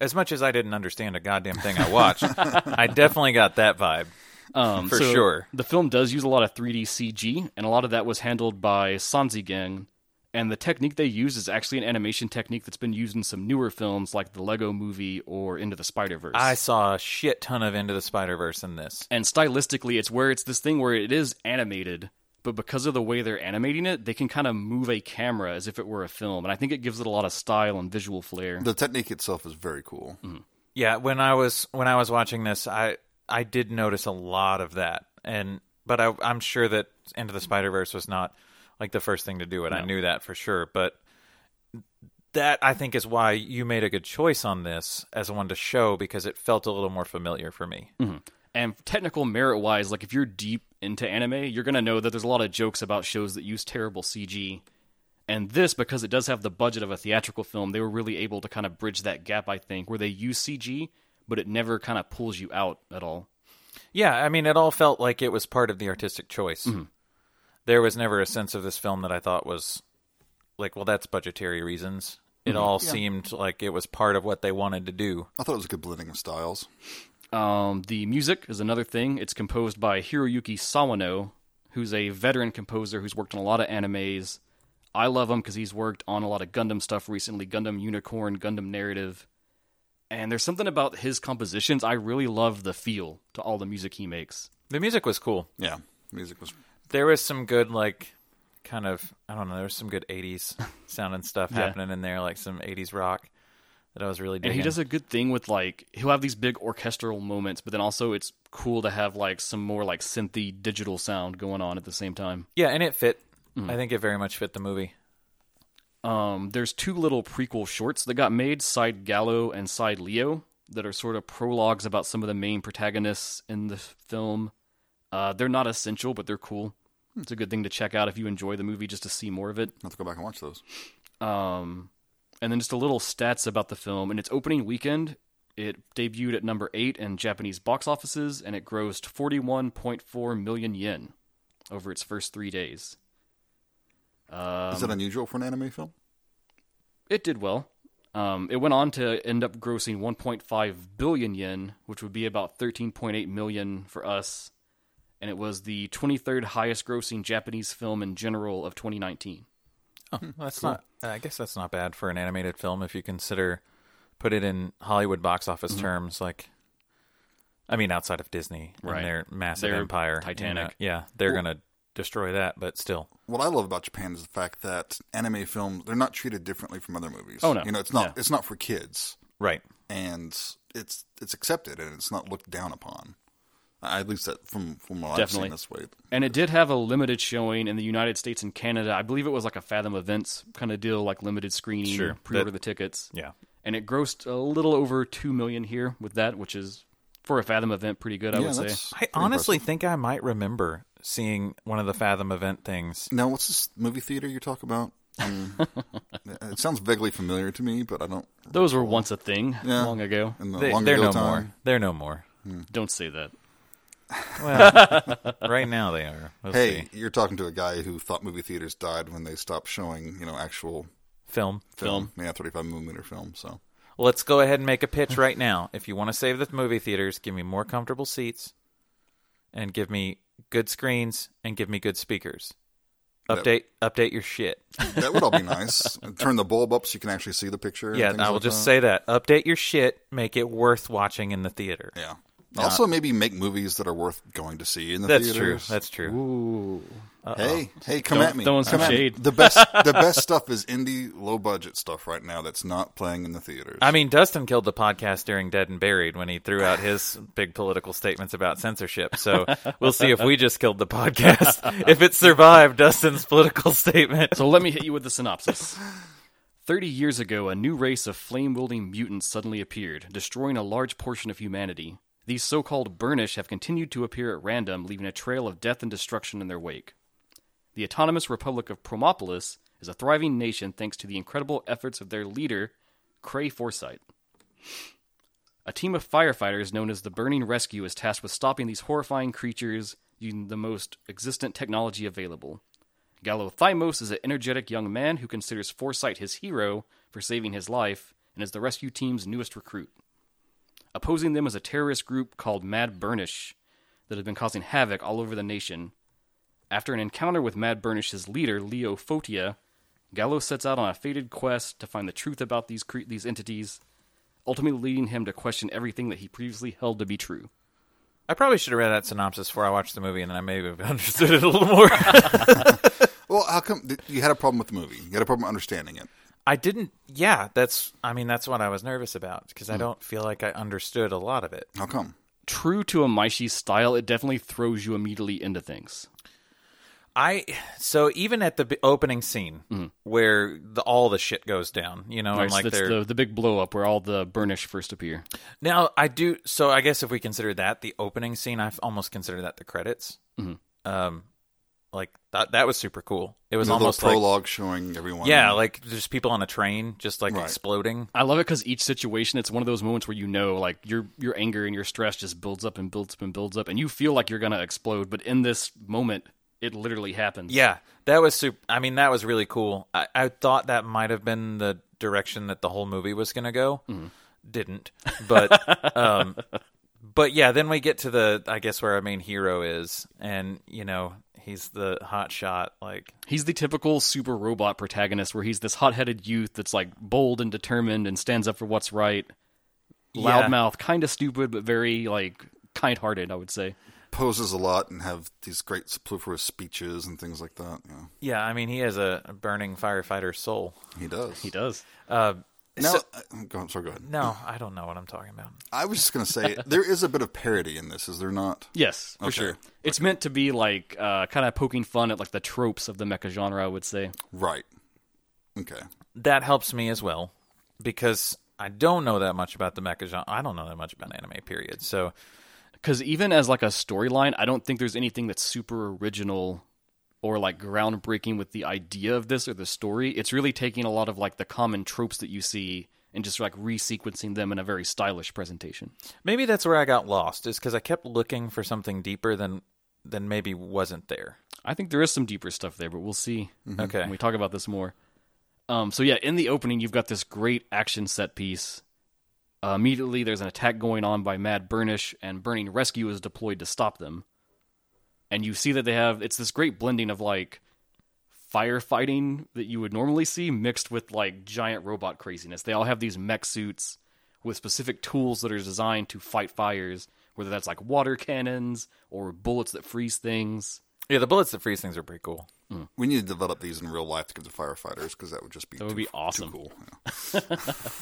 Speaker 2: As much as I didn't understand a goddamn thing I watched, I definitely got that vibe.
Speaker 1: Um,
Speaker 2: For
Speaker 1: so
Speaker 2: sure.
Speaker 1: The film does use a lot of 3D CG, and a lot of that was handled by Sanzigen. And the technique they use is actually an animation technique that's been used in some newer films like the Lego Movie or Into the Spider Verse.
Speaker 2: I saw a shit ton of Into the Spider Verse in this.
Speaker 1: and stylistically it's where it's this thing where it is animated but because of the way they're animating it they can kind of move a camera as if it were a film and i think it gives it a lot of style and visual flair
Speaker 3: The technique itself is very cool.
Speaker 1: Mm-hmm.
Speaker 2: Yeah, when I was when I was watching this, I I did notice a lot of that, and but I, I'm sure that Into the Spider Verse was not like the first thing to do it. I knew that for sure, but that I think is why you made a good choice on this as one to show because it felt a little more familiar for me.
Speaker 1: and technical merit wise like if you're deep into anime you're going to know that there's a lot of jokes about shows that use terrible cg and this because it does have the budget of a theatrical film they were really able to kind of bridge that gap i think where they use cg but it never kind of pulls you out at all
Speaker 2: Yeah, I mean, it all felt like it was part of the artistic choice. There was never a sense of this film that I thought was like, well, that's budgetary reasons. It all seemed like it was part of what they wanted to do.
Speaker 3: I thought it was a good blending of styles.
Speaker 1: Um, the music is another thing. It's composed by Hiroyuki Sawano, who's a veteran composer who's worked on a lot of animes. I love him because he's worked on a lot of Gundam stuff recently Gundam Unicorn, Gundam Narrative. And there's something about his compositions. I really love the feel to all the music he makes.
Speaker 2: The music was cool.
Speaker 3: Yeah, music was
Speaker 2: There was some good, like, kind of, I don't know, there was some good 80s sounding stuff happening in there, like some 80s rock that I was really
Speaker 1: And
Speaker 2: digging.
Speaker 1: he does a good thing with like he'll have these big orchestral moments, but then also it's cool to have like some more like synthy digital sound going on at the same time.
Speaker 2: yeah, and it fit. I think it very much fit the movie.
Speaker 1: Um, there's two little prequel shorts that got made, Side Gallo and Side Leo, that are sort of prologues about some of the main protagonists in the film. Uh, they're not essential, but they're cool. It's a good thing to check out if you enjoy the movie just to see more of it.
Speaker 3: I have to go back and watch those.
Speaker 1: Um, and then just a little stats about the film. In its opening weekend, it debuted at number eight in Japanese box offices, and it grossed 41.4 million yen over its first three days.
Speaker 3: Is
Speaker 1: Um,
Speaker 3: that unusual for an anime film?
Speaker 1: it did well. Um, it went on to end up grossing 1.5 billion yen, which would be about 13.8 million for us, and it was the 23rd highest grossing Japanese film in general of 2019.
Speaker 2: Oh, that's not. I guess that's not bad for an animated film if you consider put it in Hollywood box office terms. Like, I mean, outside of Disney
Speaker 1: Right.
Speaker 2: and their massive
Speaker 1: Their
Speaker 2: empire, you
Speaker 1: Titanic.
Speaker 2: know, yeah, they're gonna destroy that. But still,
Speaker 3: What I love about Japan is the fact that anime films they're not treated differently from other movies.
Speaker 1: Oh, no.
Speaker 3: you know it's not
Speaker 2: Yeah.
Speaker 3: it's not for kids,
Speaker 2: right?
Speaker 3: and it's it's accepted and it's not looked down upon. I, at least that from from what I've
Speaker 1: Definitely.
Speaker 3: seen this way.
Speaker 1: And it did have a limited showing in the United States and Canada. I believe it was like a Fathom Events kind of deal, like limited screening,
Speaker 2: Sure.
Speaker 1: pre-order
Speaker 2: That-
Speaker 1: the tickets.
Speaker 2: Yeah,
Speaker 1: And it grossed a little over 2 million here with that, which is for a Fathom event pretty good, I
Speaker 3: yeah,
Speaker 1: would say.
Speaker 3: that's
Speaker 2: I
Speaker 3: pretty
Speaker 2: honestly think I might remember seeing one of the Fathom event things.
Speaker 3: impressive. now what's this movie theater you talk about? Um, it sounds vaguely familiar to me, but I don't.
Speaker 1: Those were once a thing
Speaker 3: Yeah.
Speaker 1: long ago.
Speaker 3: In the
Speaker 2: They,
Speaker 3: long
Speaker 2: they're
Speaker 3: ago
Speaker 2: no
Speaker 3: time,
Speaker 2: more. They're no more.
Speaker 1: Don't say that.
Speaker 2: Well, right now they are. We'll
Speaker 3: Hey,
Speaker 2: see.
Speaker 3: you're talking to a guy who thought movie theaters died when they stopped showing, you know, actual
Speaker 2: film.
Speaker 3: film, yeah, 35 millimeter film. So
Speaker 2: Let's go ahead and make a pitch right now. If you want to save the movie theaters, give me more comfortable seats and give me good screens and give me good speakers. Update update your shit.
Speaker 3: that would all be nice. Turn the bulb up so you can actually see the picture. and
Speaker 2: Yeah,
Speaker 3: things
Speaker 2: I will
Speaker 3: like
Speaker 2: just
Speaker 3: that.
Speaker 2: say that. Update your shit, make it worth watching in the theater.
Speaker 3: Yeah. also, maybe make movies that are worth going to see in the
Speaker 2: That's
Speaker 3: theaters.
Speaker 2: true. That's true.
Speaker 1: Ooh.
Speaker 3: hey, hey, come
Speaker 1: Don't-
Speaker 3: at me.
Speaker 1: throwing some
Speaker 3: Come at me.
Speaker 1: shade.
Speaker 3: The best, the best stuff is indie, low budget stuff right now that's not playing in the theaters.
Speaker 2: I mean, Dustin killed the podcast during Dead and Buried when he threw out his big political statements about censorship. So we'll see if we just killed the podcast. if it survived Dustin's political statement.
Speaker 1: So let me hit you with the synopsis. 30 years ago, a new race of flame wielding mutants suddenly appeared, destroying a large portion of humanity. These so called Burnish have continued to appear at random, leaving a trail of death and destruction in their wake. The Autonomous Republic of Promopolis is a thriving nation thanks to the incredible efforts of their leader, Cray Forsyth. A team of firefighters known as the Burning Rescue is tasked with stopping these horrifying creatures using the most existent technology available. Gallo Thymos is an energetic young man who considers Foresight his hero for saving his life and is the rescue team's newest recruit. Opposing them is a terrorist group called Mad Burnish that has been causing havoc all over the nation. After an encounter with Mad Burnish's leader, Leo Fotia, Gallo sets out on a fated quest to find the truth about these cre- these entities, ultimately leading him to question everything that he previously held to be true.
Speaker 2: I probably should have read that synopsis before I watched the movie, and then I maybe have understood it a little more.
Speaker 3: Well, how come did- you had a problem with the movie? You had a problem understanding it.
Speaker 2: I didn't. Yeah, that's. I mean, that's what I was nervous about because I don't feel like I understood a lot of it.
Speaker 3: How come?
Speaker 1: True to Amaishi's style, it definitely throws you immediately into things.
Speaker 2: I so even at the b- opening scene where the, all the shit goes down, you know,
Speaker 1: Right,
Speaker 2: and
Speaker 1: so
Speaker 2: like
Speaker 1: that's
Speaker 2: they're
Speaker 1: the, the big blow up where all the Burnish first appear.
Speaker 2: now I do. So I guess if we consider that the opening scene, I've almost considered that the credits.
Speaker 3: Mm-hmm.
Speaker 2: Um, like that that was super cool. It was
Speaker 3: The little
Speaker 2: almost like
Speaker 3: prologue showing everyone.
Speaker 2: yeah, like just people on a train just like
Speaker 3: Right.
Speaker 2: exploding.
Speaker 1: I love it because each situation, it's one of those moments where you know, like your your anger and your stress just builds up and builds up and builds up, and you feel like you're gonna explode. But in this moment, it literally happens.
Speaker 2: Yeah, that was super. I mean, that was really cool. I, I thought that might have been the direction that the whole movie was going to go.
Speaker 3: Mm-hmm.
Speaker 2: Didn't, but um, but yeah. Then we get to the, I guess, where our main hero is, and you know, he's the hot shot. Like,
Speaker 1: He's the typical super robot protagonist where he's this hot-headed youth that's like bold and determined and stands up for what's right.
Speaker 2: Yeah.
Speaker 1: Loudmouth, kind of stupid, but very like kind-hearted. I would say.
Speaker 3: poses a lot and have these great superfluous speeches and things like that. Yeah,
Speaker 2: yeah, I mean, he has a a burning firefighter soul.
Speaker 3: he does.
Speaker 1: He does.
Speaker 2: Uh,
Speaker 3: Now,
Speaker 2: so-
Speaker 3: I- go, sorry, go ahead.
Speaker 2: no, I don't know what I'm talking about.
Speaker 3: I was just going to say there is a bit of parody in this, is there not?
Speaker 1: Yes, for
Speaker 3: Okay.
Speaker 1: sure. It's meant to be like uh, kind of poking fun at like the tropes of the mecha genre. I would say.
Speaker 3: Right. Okay.
Speaker 2: That helps me as well because I don't know that much about the mecha genre. I don't know that much about anime. Period. So
Speaker 1: because even as like a storyline i don't think there's anything that's super original or like groundbreaking with the idea of this or the story it's really taking a lot of like the common tropes that you see and just like resequencing them in a very stylish presentation
Speaker 2: Maybe that's where I got lost, is because I kept looking for something deeper than than maybe wasn't there.
Speaker 1: i think there is some deeper stuff there but we'll see
Speaker 2: Okay.
Speaker 1: when Hmm, we talk about this more um, so yeah in the opening you've got this great action set piece uh, immediately there's an attack going on by mad burnish and burning rescue is deployed to stop them and you see that they have it's this great blending of like firefighting that you would normally see mixed with like giant robot craziness. They all have these mech suits with specific tools that are designed to fight fires, whether that's like water cannons or bullets that freeze things.
Speaker 2: Yeah, the bullets that freeze things are pretty cool.
Speaker 3: We need to develop these in real life to give to firefighters because that would just be
Speaker 1: That would
Speaker 3: too,
Speaker 1: be
Speaker 3: too
Speaker 1: awesome.
Speaker 3: cool. Yeah.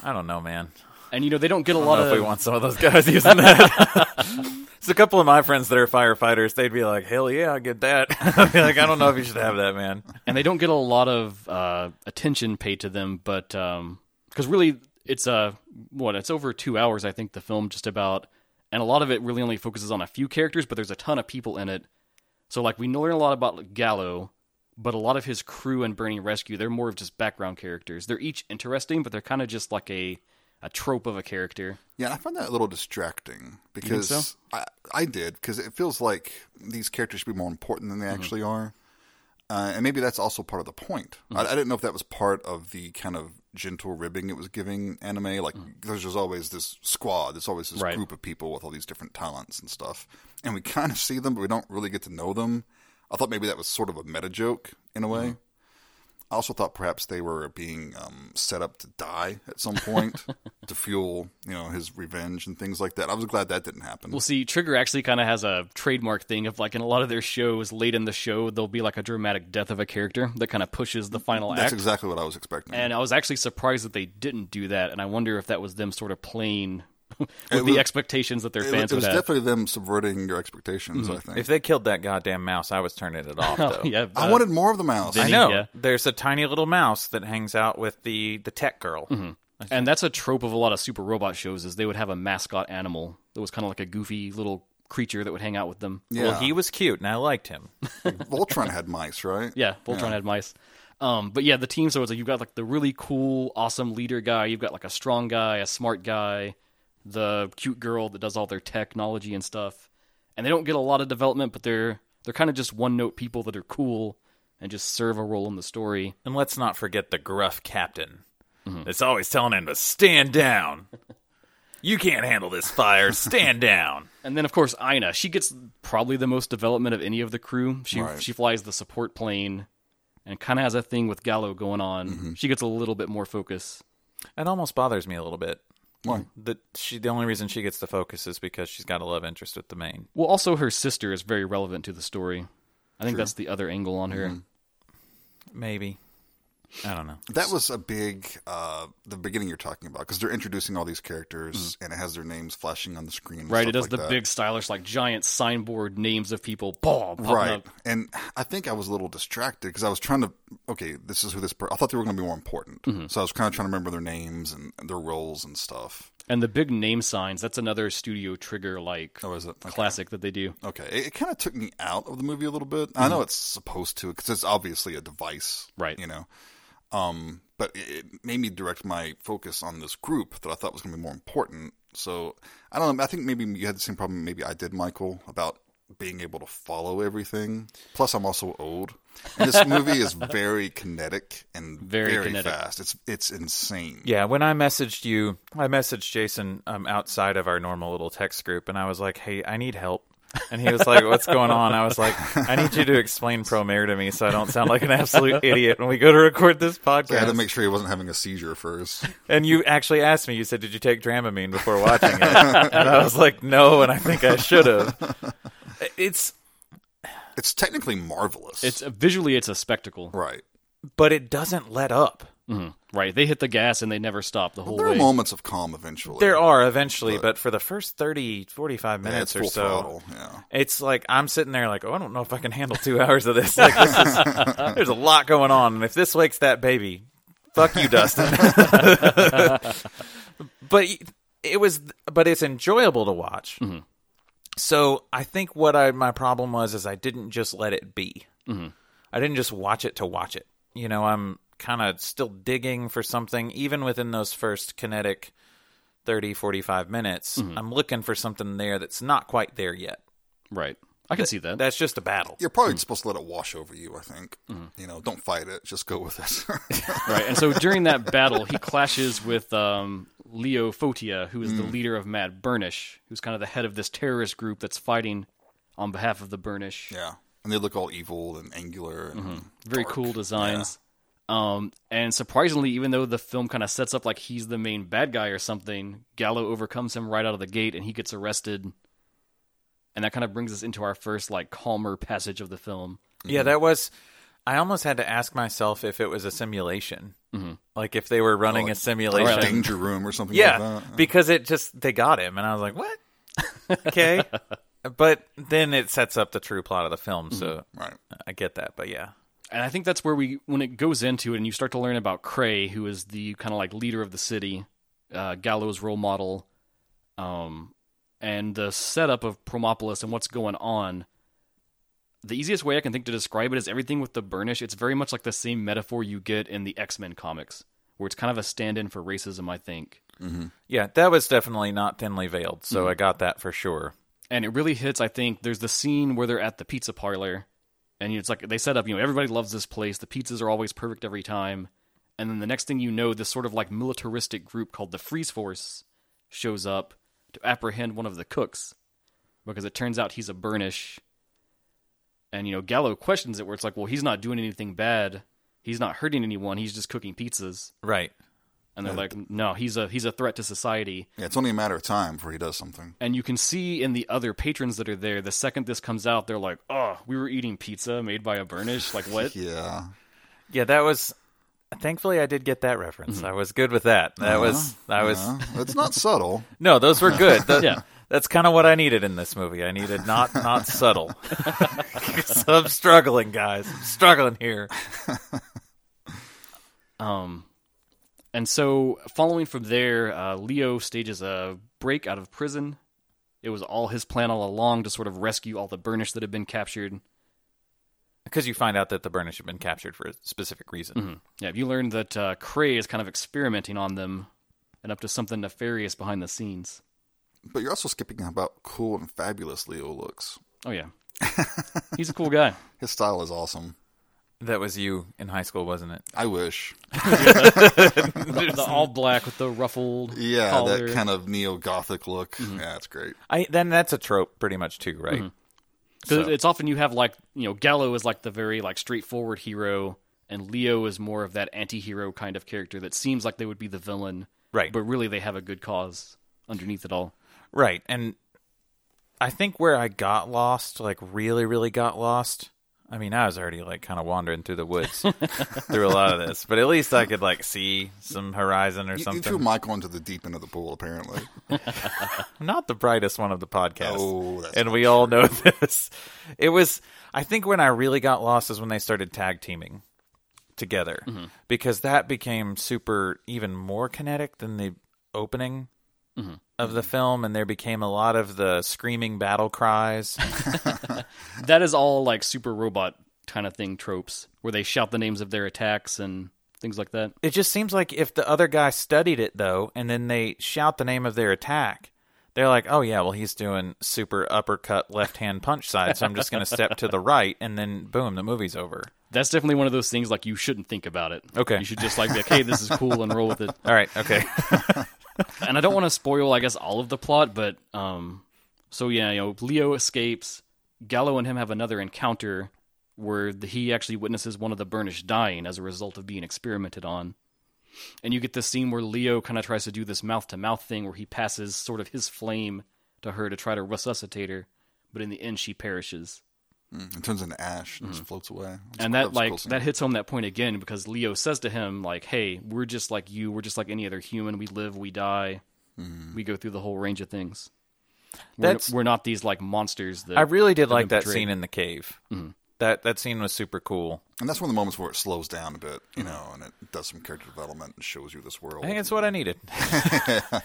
Speaker 2: I don't know, man.
Speaker 1: And you know they don't get a
Speaker 2: I
Speaker 1: lot
Speaker 2: don't know if we
Speaker 1: of
Speaker 2: want some of those guys using that. It's a couple of my friends that are firefighters. They'd be like, "Hell yeah, I get that." I'd be like, "I don't know if you should have that, man."
Speaker 1: and they don't get a lot of uh, attention paid to them, but because really it's uh, what it's over two hours, I think the film just about, and a lot of it really only focuses on a few characters, but there's a ton of people in it. So like we learn a lot about Gallo, but a lot of his crew and Burning Rescue, they're more of just background characters. They're each interesting, but they're kind of just like a a trope of a character.
Speaker 3: Yeah, I find that a little distracting because
Speaker 1: so?
Speaker 3: I, I did because it feels like these characters should be more important
Speaker 1: Mm-hmm.
Speaker 3: than they actually are. Uh, and maybe that's also part of the point. I,
Speaker 1: Mm-hmm.
Speaker 3: I didn't know if that was part of the kind of gentle ribbing it was giving anime. Like, there's just always this squad, there's always this
Speaker 1: Mm-hmm. Right.
Speaker 3: group of people with all these different talents and stuff. And we kind of see them, but we don't really get to know them. I thought maybe that was sort of a meta joke in a way.
Speaker 1: Mm-hmm.
Speaker 3: I also thought perhaps they were being um, set up to die at some point to fuel, you know, his revenge and things like that. I was glad that didn't happen.
Speaker 1: Well, see, Trigger actually kind of has a trademark thing of like in a lot of their shows, late in the show, there'll be like a dramatic death of a character that kind of pushes the final
Speaker 3: That's
Speaker 1: act.
Speaker 3: exactly what I was expecting.
Speaker 1: And I was actually surprised that they didn't do that, and I wonder if that was them sort of playing with
Speaker 3: was-
Speaker 1: the expectations that their
Speaker 3: it,
Speaker 1: fans
Speaker 3: it
Speaker 1: would
Speaker 3: was
Speaker 1: have. Mm-hmm.
Speaker 3: definitely them subverting your expectations. I think.
Speaker 2: If they killed that goddamn mouse, I was turning it off. Though.
Speaker 1: yeah,
Speaker 3: I
Speaker 1: uh,
Speaker 3: wanted more of the mouse.
Speaker 2: I
Speaker 1: Vinny,
Speaker 2: know.
Speaker 1: yeah.
Speaker 2: There's a tiny little mouse that hangs out with the the tech girl.
Speaker 1: Mm-hmm. uh, and that's a trope of a lot of super robot shows is they would have a mascot animal that was kind of like a goofy little creature that would hang out with them.
Speaker 3: yeah,
Speaker 2: Well, he was cute, and I liked him.
Speaker 3: Voltron had mice, right?
Speaker 1: Yeah, Voltron had mice. Um, but yeah, the team. So it's like you've got like the really cool, awesome leader guy. You've got like a strong guy, a smart guy, the cute girl that does all their technology and stuff. And they don't get a lot of development, but they're they're kind of just one note people that are cool and just serve a role in the story. Mm-hmm.
Speaker 2: And let's not forget the gruff captain, It's always telling him to stand down. You can't handle this fire. Stand down.
Speaker 1: And then, of course, Ina. She gets probably the most development of any of the crew. She
Speaker 3: Right.
Speaker 1: she flies the support plane, and kind of has a thing with Gallo going on. She gets a little bit more focus.
Speaker 2: It almost bothers me a little bit.
Speaker 3: Why?
Speaker 2: That she the only reason she gets to focus is because she's got a love interest with the main.
Speaker 1: Well, also her sister is very relevant to the story. I think that's the other angle on
Speaker 3: Mm-hmm.
Speaker 1: her.
Speaker 2: Maybe. I don't know.
Speaker 3: That was a big uh the beginning you're talking about because they're introducing all these characters and it has their names flashing on the screen. and
Speaker 1: Mm-hmm. Right,
Speaker 3: stuff
Speaker 1: it does
Speaker 3: like
Speaker 1: the
Speaker 3: that.
Speaker 1: big stylish, like giant signboard names of people. Boom, popping
Speaker 3: right.
Speaker 1: up.
Speaker 3: And I think I was a little distracted because I was trying to. Okay, this is who this. Per- I thought they were going to be more important, so I was kind of trying to remember their names and their roles and stuff.
Speaker 1: And the big name signs, that's another studio trigger like
Speaker 3: Oh, is it okay?
Speaker 1: classic that they do.
Speaker 3: Okay, it, it kind of took me out of the movie a little bit. I know it's supposed to because it's obviously a device,
Speaker 1: Mm-hmm. Right.
Speaker 3: You know, um, but it, it made me direct my focus on this group that I thought was going to be more important. So I don't know. I think maybe you had the same problem. Maybe I did, Michael, about being able to follow everything. Plus, I'm also old, and this movie is very kinetic and
Speaker 1: Very
Speaker 3: very,
Speaker 1: kinetic.
Speaker 3: fast. It's it's insane.
Speaker 2: Yeah, when I messaged you, I messaged Jason um, outside of our normal little text group, and I was like, "Hey, I need help." And he was like, "What's going on?" I was like, "I need you to explain Promare to me, so I don't sound like an absolute idiot when we go to record this
Speaker 3: I had to
Speaker 2: podcast."
Speaker 3: make sure he wasn't having a seizure first.
Speaker 2: and you actually asked me. You said, "Did you take Dramamine before watching it?" and I was like, "No," and I think I should have. It's,
Speaker 3: It's technically marvelous.
Speaker 1: It's visually it's a spectacle.
Speaker 3: right.
Speaker 2: but it doesn't let up.
Speaker 1: Mhm. Right. They hit the gas and they never stop the whole
Speaker 3: There are
Speaker 1: way.
Speaker 3: moments of calm eventually.
Speaker 2: There are eventually, but, for the first 30, 45
Speaker 3: Yeah,
Speaker 2: minutes
Speaker 3: it's full
Speaker 2: or so,
Speaker 3: throttle. Yeah.
Speaker 2: it's like I'm sitting there like, oh, I don't know if I can handle two hours of this. Like, this is, there's a lot going on, and if this wakes that baby, fuck you, Dustin. but it was, but it's enjoyable to watch. So I think what I my problem was is I didn't just let it be. I didn't just watch it to watch it. You know, I'm kind of still digging for something, even within those first kinetic 30, 45 minutes. I'm looking for something there that's not quite there yet.
Speaker 1: Right. I can see that.
Speaker 2: That's just a battle.
Speaker 3: You're probably supposed to let it wash over you, I think. You know, don't fight it. Just go with it.
Speaker 1: Right. And so during that battle, he clashes with um, Leo Fotia, who is
Speaker 3: Mm.
Speaker 1: the leader of Mad Burnish, who's kind of the head of this terrorist group that's fighting on behalf of the Burnish.
Speaker 3: yeah. And they look all evil and angular. And
Speaker 1: Very cool designs. Um, and surprisingly, even though the film kind of sets up like he's the main bad guy or something, Gallo overcomes him right out of the gate and he gets arrested. And that kind of brings us into our first like calmer passage of the film.
Speaker 2: Yeah, that was. I almost had to ask myself if it was a simulation, like if they were running a simulation.
Speaker 3: Oh, like danger room or something
Speaker 2: Yeah,
Speaker 3: like that. uh-huh.
Speaker 2: because it just they got him, and I was like, what? okay, but then it sets up the true plot of the film, so
Speaker 3: Right.
Speaker 2: I get that. But yeah,
Speaker 1: And I think that's where we, when it goes into it, and you start to learn about Cray, who is the kind of like leader of the city, uh, Gallo's role model, um, and the setup of Promopolis and what's going on. The easiest way I can think to describe it is everything with the burnish. It's very much like the same metaphor you get in the X Men comics, where it's kind of a stand in for racism, I think.
Speaker 2: yeah, that was definitely not thinly veiled, so I got that for sure.
Speaker 1: and it really hits. I think there's the scene where they're at the pizza parlor, and it's like they set up. You know, everybody loves this place. The pizzas are always perfect every time. And then the next thing you know, this sort of like militaristic group called the Freeze Force shows up to apprehend one of the cooks because it turns out he's a burnish. And you know, Gallo questions it where it's like, well, he's not doing anything bad. He's not hurting anyone. He's just cooking pizzas.
Speaker 2: Right.
Speaker 1: And they're like, no, he's a he's a threat to society.
Speaker 3: Yeah, it's only a matter of time before he does something.
Speaker 1: And you can see in the other patrons that are there, the second this comes out, they're like, oh, we were eating pizza made by a burnish? Like, what?
Speaker 3: Yeah.
Speaker 2: Yeah, that was. Thankfully, I did get that reference. I was good with that. That was. I was.
Speaker 3: Uh, it's not subtle.
Speaker 2: No, those were good. Th-
Speaker 1: Yeah.
Speaker 2: That's kind of what I needed in this movie. I needed not not subtle. 'Cause I'm struggling, guys. I'm struggling here.
Speaker 1: Um, and so, following from there, uh, Leo stages a break out of prison. It was all his plan all along to sort of rescue all the burnish that had been captured.
Speaker 2: Because you find out that the burnish had been captured for a specific reason.
Speaker 1: Yeah, you learned that uh, Cray is kind of experimenting on them and up to something nefarious behind the scenes.
Speaker 3: But you're also skipping about cool and fabulous Leo looks.
Speaker 1: Oh, yeah. He's a cool guy.
Speaker 3: His style is awesome.
Speaker 2: That was you in high school, wasn't it?
Speaker 3: I wish.
Speaker 1: the all black with the ruffled
Speaker 3: Yeah,
Speaker 1: collar.
Speaker 3: that kind of neo gothic look. Yeah, that's great.
Speaker 2: I then that's a trope pretty much too, right?
Speaker 1: Because it's often you have like you know Gallo is like the very like straightforward hero, and Leo is more of that anti-hero kind of character that seems like they would be the villain,
Speaker 2: Right.
Speaker 1: But really they have a good cause underneath it all.
Speaker 2: Right. And I think where I got lost, like really, really got lost. I mean, I was already like kind of wandering through the woods through a lot of this, but at least I could like see some horizon or
Speaker 3: You, you
Speaker 2: something.
Speaker 3: threw Michael into the deep end of the pool, apparently.
Speaker 2: I'm not the brightest one of the podcast.
Speaker 3: Oh, that's
Speaker 2: and we all know this. It was, I think, when I really got lost is when they started tag teaming together
Speaker 3: Mm-hmm.
Speaker 2: because that became super, even more kinetic than the opening
Speaker 3: Mm-hmm.
Speaker 2: of the film. And there became a lot of the screaming battle cries.
Speaker 1: That is all like super robot kind of thing tropes where they shout the names of their attacks and things like that.
Speaker 2: it just seems like if the other guy studied it though, and then they shout the name of their attack. They're like, oh yeah, well he's doing super uppercut left hand punch side, so I'm just going to step to the right, and then boom, the movie's over.
Speaker 1: That's definitely one of those things like you shouldn't think about it.
Speaker 2: Okay.
Speaker 1: you should just like be like, hey, this is cool and roll with it.
Speaker 2: All right, okay.
Speaker 1: and I don't want to spoil, I guess, all of the plot, but um, so yeah, you know, Leo escapes. Gallo and him have another encounter where the, he actually witnesses one of the Burnish dying as a result of being experimented on. And you get this scene where Leo kind of tries to do this mouth to mouth thing where he passes sort of his flame to her to try to resuscitate her, but in the end she perishes.
Speaker 3: Mm, It turns into ash and just floats away. That's
Speaker 1: and
Speaker 3: cool-
Speaker 1: that
Speaker 3: was a
Speaker 1: like
Speaker 3: cool scene.
Speaker 1: that hits home that point again because Leo says to him like, "Hey, we're just like you. We're just like any other human. We live, we die, we go through the whole range of things. We're,
Speaker 2: That's-
Speaker 1: we're not these like monsters." That
Speaker 2: I really did like that
Speaker 1: portrayed.
Speaker 2: scene in the cave.
Speaker 3: Mm-hmm.
Speaker 2: That that scene was super cool.
Speaker 3: and that's one of the moments where it slows down a bit, you know, and it does some character development and shows you this world.
Speaker 2: I think it's what I needed. I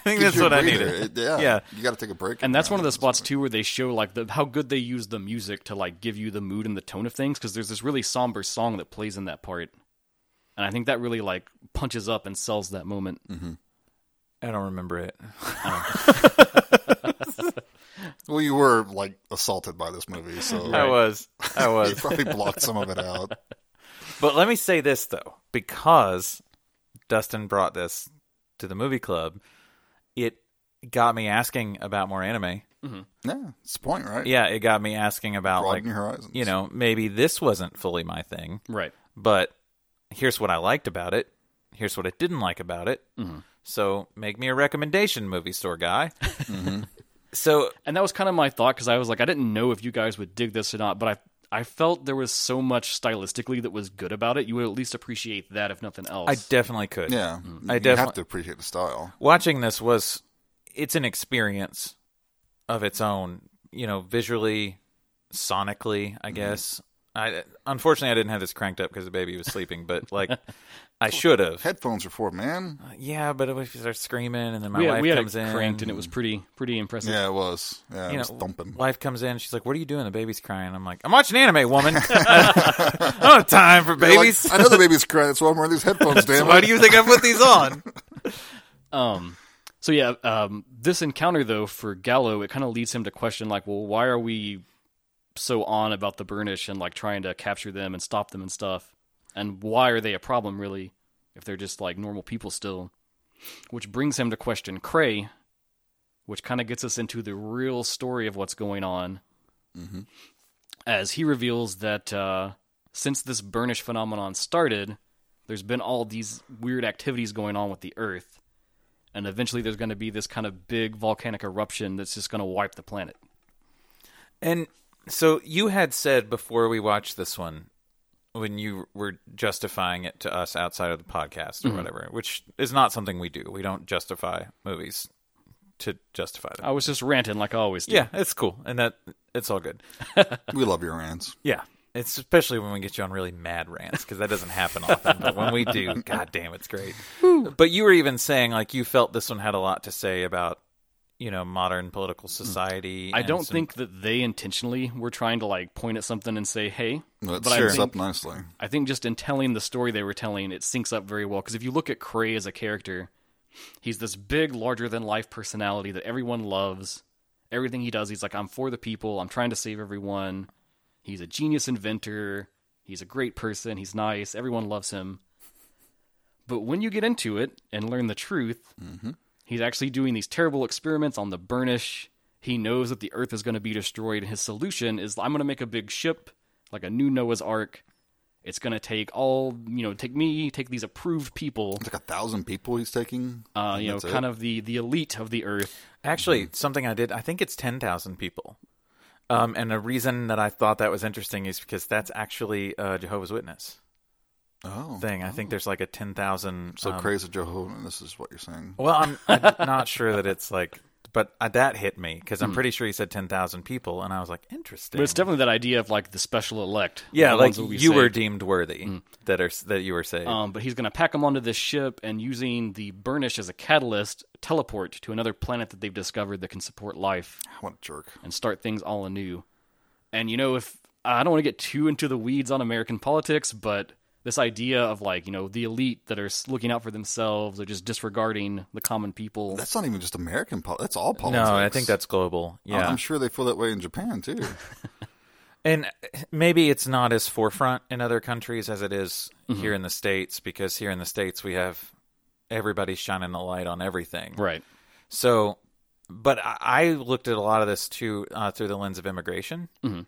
Speaker 2: think that's
Speaker 3: Gives you a
Speaker 2: what I
Speaker 3: breather.
Speaker 2: needed.
Speaker 3: It- yeah,
Speaker 2: Yeah.
Speaker 3: You got to take a break.
Speaker 1: and that's one of
Speaker 3: the.
Speaker 1: the spots too where they show like the how good they use the music to like give you the mood and the tone of things because there's this really somber song that plays in that part, and I think that really like punches up and sells that moment.
Speaker 2: I don't remember it.
Speaker 3: Well, you were like assaulted by this movie, so
Speaker 2: I was. I
Speaker 3: you
Speaker 2: was.
Speaker 3: probably blocked some of it out.
Speaker 2: But let me say this though, because Dustin brought this to the movie club, it got me asking about more anime.
Speaker 3: Yeah, it's the point, right?
Speaker 2: Yeah, it got me asking about like
Speaker 3: broaden your horizons.
Speaker 2: you know, maybe this wasn't fully my thing,
Speaker 1: Right.
Speaker 2: but here's what I liked about it. Here's what I didn't like about it. So make me a recommendation, movie store guy.
Speaker 1: Mm-hmm.
Speaker 2: So
Speaker 1: and that was kind of my thought because I was like, I didn't know if you guys would dig this or not, but I I felt there was so much stylistically that was good about it. You would at least appreciate that, if nothing else.
Speaker 2: I definitely could.
Speaker 3: yeah,
Speaker 2: Mm-hmm. I
Speaker 3: you have
Speaker 2: definitely-
Speaker 3: to appreciate the style.
Speaker 2: watching this was it's an experience of its own you know visually sonically i guess i unfortunately i didn't have this cranked up because the baby was sleeping but like i should have
Speaker 3: Headphones are for man.
Speaker 2: yeah but if you start screaming and then my
Speaker 1: we had,
Speaker 2: wife
Speaker 1: we had
Speaker 2: comes
Speaker 1: it
Speaker 2: in
Speaker 1: cranked and it was pretty pretty impressive.
Speaker 3: Yeah, it was. Yeah, it
Speaker 2: you
Speaker 3: was
Speaker 2: know,
Speaker 3: thumping.
Speaker 2: wife comes in. She's like, "What are you doing?" The baby's crying. I'm like, "I'm watching anime, woman. I don't have time for
Speaker 3: You're like,
Speaker 2: babies.
Speaker 3: I know the baby's crying. That's why I'm wearing these headphones. Damn
Speaker 2: Why
Speaker 3: it!
Speaker 2: do you think I put these on?"
Speaker 1: Um, so yeah, um, this encounter though for Gallo, it kind of leads him to question like, well, why are we so on about the Burnish and like trying to capture them and stop them and stuff, and why are they a problem really if they're just like normal people still? Which brings him to question Cray, which kind of gets us into the real story of what's going on, as he reveals that uh, since this Burnish phenomenon started. There's been all these weird activities going on with the Earth, and eventually there's going to be this kind of big volcanic eruption that's just going to wipe the planet.
Speaker 2: And so you had said before we watched this one, when you were justifying it to us outside of the podcast or whatever, which is not something we do. We don't justify movies to justify them.
Speaker 1: I was just ranting like I always do.
Speaker 2: Oh, yeah, it's cool, and that it's all good.
Speaker 3: We love your rants.
Speaker 2: Yeah, it's especially when we get you on really mad rants because that doesn't happen often. but when we do, god damn, it's great. But you were even saying like you felt this one had a lot to say about you know modern political society.
Speaker 1: Mm. I
Speaker 2: and
Speaker 1: don't
Speaker 2: some-
Speaker 1: think that they intentionally were trying to like point at something and say, "Hey,"
Speaker 3: No, It
Speaker 1: but I
Speaker 3: syncs
Speaker 1: think
Speaker 3: up nicely.
Speaker 1: I think just in telling the story they were telling, it syncs up very well. Because if you look at Cray as a character, he's this big, larger than life personality that everyone loves. Everything he does, he's like, I'm for the people. I'm trying to save everyone. He's a genius inventor. He's a great person. He's nice. Everyone loves him. But when you get into it and learn the truth, he's actually doing these terrible experiments on the burnish. He knows that the earth is going to be destroyed, and his solution is I'm going to make a big ship, like a new Noah's Ark. It's going to take all, you know, take me, take these approved people,
Speaker 3: It's like a thousand people he's taking.
Speaker 1: uh, you know, kind of the, the elite of the earth.
Speaker 2: Actually, something I did, I think it's 10,000 people. Um, and the reason that I thought that was interesting is because that's actually a Jehovah's Witness
Speaker 3: Oh,
Speaker 2: thing. I think there's like a 10,000.
Speaker 3: so
Speaker 2: um,
Speaker 3: Craze of Jehovah. This is what you're saying.
Speaker 2: Well, I'm, I'm not sure that it's like, but uh, that hit me because I'm pretty sure he said 10,000 people. And I was like, interesting.
Speaker 1: Hmm. But it's definitely that idea of like the special elect.
Speaker 2: yeah,
Speaker 1: the
Speaker 2: like
Speaker 1: ones who
Speaker 2: you
Speaker 1: will be
Speaker 2: were
Speaker 1: saved. Mm.
Speaker 2: deemed worthy that are that you were saved.
Speaker 1: Um, but he's going to pack them onto this ship and using the burnish as a catalyst, teleport to another planet that they've discovered that can support life
Speaker 3: What a jerk.
Speaker 1: and start things all anew. And you know, if I don't want to get too into the weeds on American politics, but this idea of like you know the elite that are s- looking out for themselves or just disregarding the common people.
Speaker 3: That's not even just American politics. That's all politics.
Speaker 2: no, I think that's global. Yeah,
Speaker 3: I'm sure they feel that way in Japan too.
Speaker 2: And maybe it's not as forefront in other countries as it is
Speaker 1: Mm-hmm.
Speaker 2: here in the States because here in the States we have everybody shining the light on everything.
Speaker 1: right.
Speaker 2: So, but I, I looked at a lot of this too uh, through the lens of immigration.
Speaker 1: Mm-hmm.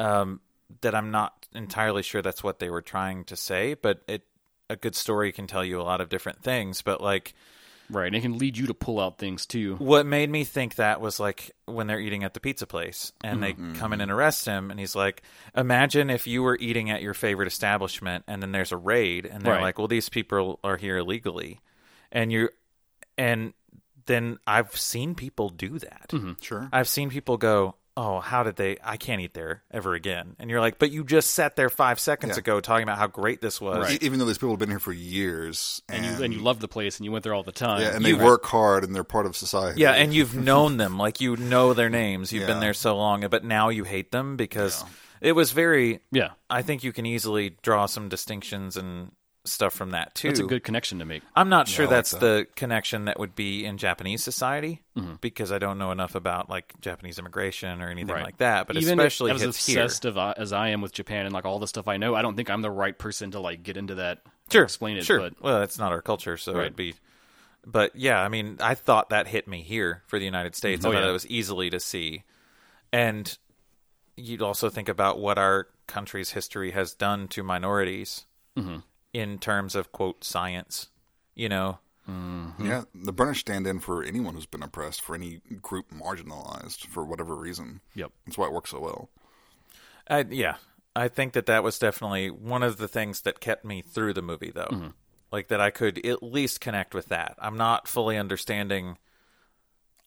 Speaker 2: Um, that I'm not entirely sure that's what they were trying to say, but it a good story can tell you a lot of different things. But like,
Speaker 1: Right. And it can lead you to pull out things too.
Speaker 2: what made me think that was like when they're eating at the pizza place and they come in and arrest him and he's like imagine if you were eating at your favorite establishment and then there's a raid and they're
Speaker 1: Right.
Speaker 2: like well these people are here illegally and you and then i've seen people do that
Speaker 3: sure.
Speaker 2: i've seen people go oh how did they i can't eat there ever again and you're like but you just sat there five seconds
Speaker 3: Yeah.
Speaker 2: ago talking about how great this was
Speaker 3: E- Even though these people have been here for years,
Speaker 1: And
Speaker 3: and,
Speaker 1: you, and you love the place and you went there all the time.
Speaker 3: yeah, and they work hard and they're part of society.
Speaker 2: Yeah, and you've known them, like you know their names. You've been
Speaker 3: Yeah.
Speaker 2: there so long, but now you hate them because it was very.
Speaker 1: yeah.
Speaker 2: I think you can easily draw some distinctions and stuff from that too.
Speaker 1: That's a good connection to make.
Speaker 2: I'm not sure
Speaker 3: I like
Speaker 2: that's the connection that would be in Japanese society
Speaker 1: Mm-hmm.
Speaker 2: because I don't know enough about like Japanese immigration or anything
Speaker 1: Right.
Speaker 2: like that. But
Speaker 1: Even
Speaker 2: especially
Speaker 1: as
Speaker 2: hits here.
Speaker 1: obsessed of, uh, as I am with Japan and like all the stuff I know, I don't think I'm the right person to like get into that.
Speaker 2: Sure,
Speaker 1: explain it.
Speaker 2: Sure.
Speaker 1: But
Speaker 2: Well, it's not our culture, so it'd be. But yeah, I mean, I thought that hit me here for the United States.
Speaker 1: Oh,
Speaker 2: I thought
Speaker 1: yeah.
Speaker 2: it was easily to see, and you'd also think about what our country's history has done to minorities
Speaker 1: Mm-hmm.
Speaker 2: in terms of quote science. You know,
Speaker 3: yeah. The British stand in for anyone who's been oppressed, for any group marginalized for whatever reason.
Speaker 1: yep.
Speaker 3: That's why it works so well.
Speaker 2: I, yeah, I think that that was definitely one of the things that kept me through the movie, though. Like that, I could at least connect with that. I'm not fully understanding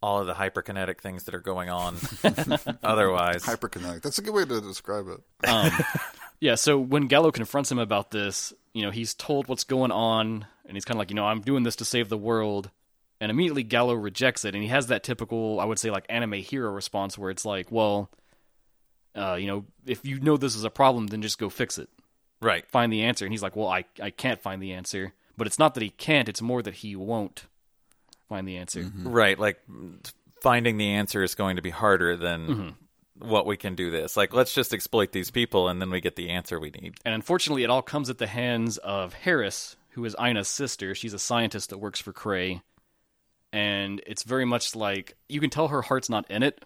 Speaker 2: all of the hyperkinetic things that are going on. otherwise,
Speaker 3: Hyperconnect. That's a good way to describe it.
Speaker 1: Yeah. So when Gallo confronts him about this, you know, he's told what's going on, and he's kind of like, you know, I'm doing this to save the world. And immediately Gallo rejects it, and he has that typical, I would say, like anime hero response where it's like, well, uh, you know, if you know this is a problem, then just go fix it.
Speaker 2: right?
Speaker 1: Find the answer. And he's like, well, I, I can't find the answer. But it's not that he can't, it's more that he won't find the answer.
Speaker 2: Right. Like finding the answer is going to be harder than what we can do this. Like, let's just exploit these people and then we get the answer we need.
Speaker 1: And unfortunately, it all comes at the hands of Harris, who is Ina's sister. She's a scientist that works for Cray. And it's very much like you can tell her heart's not in it,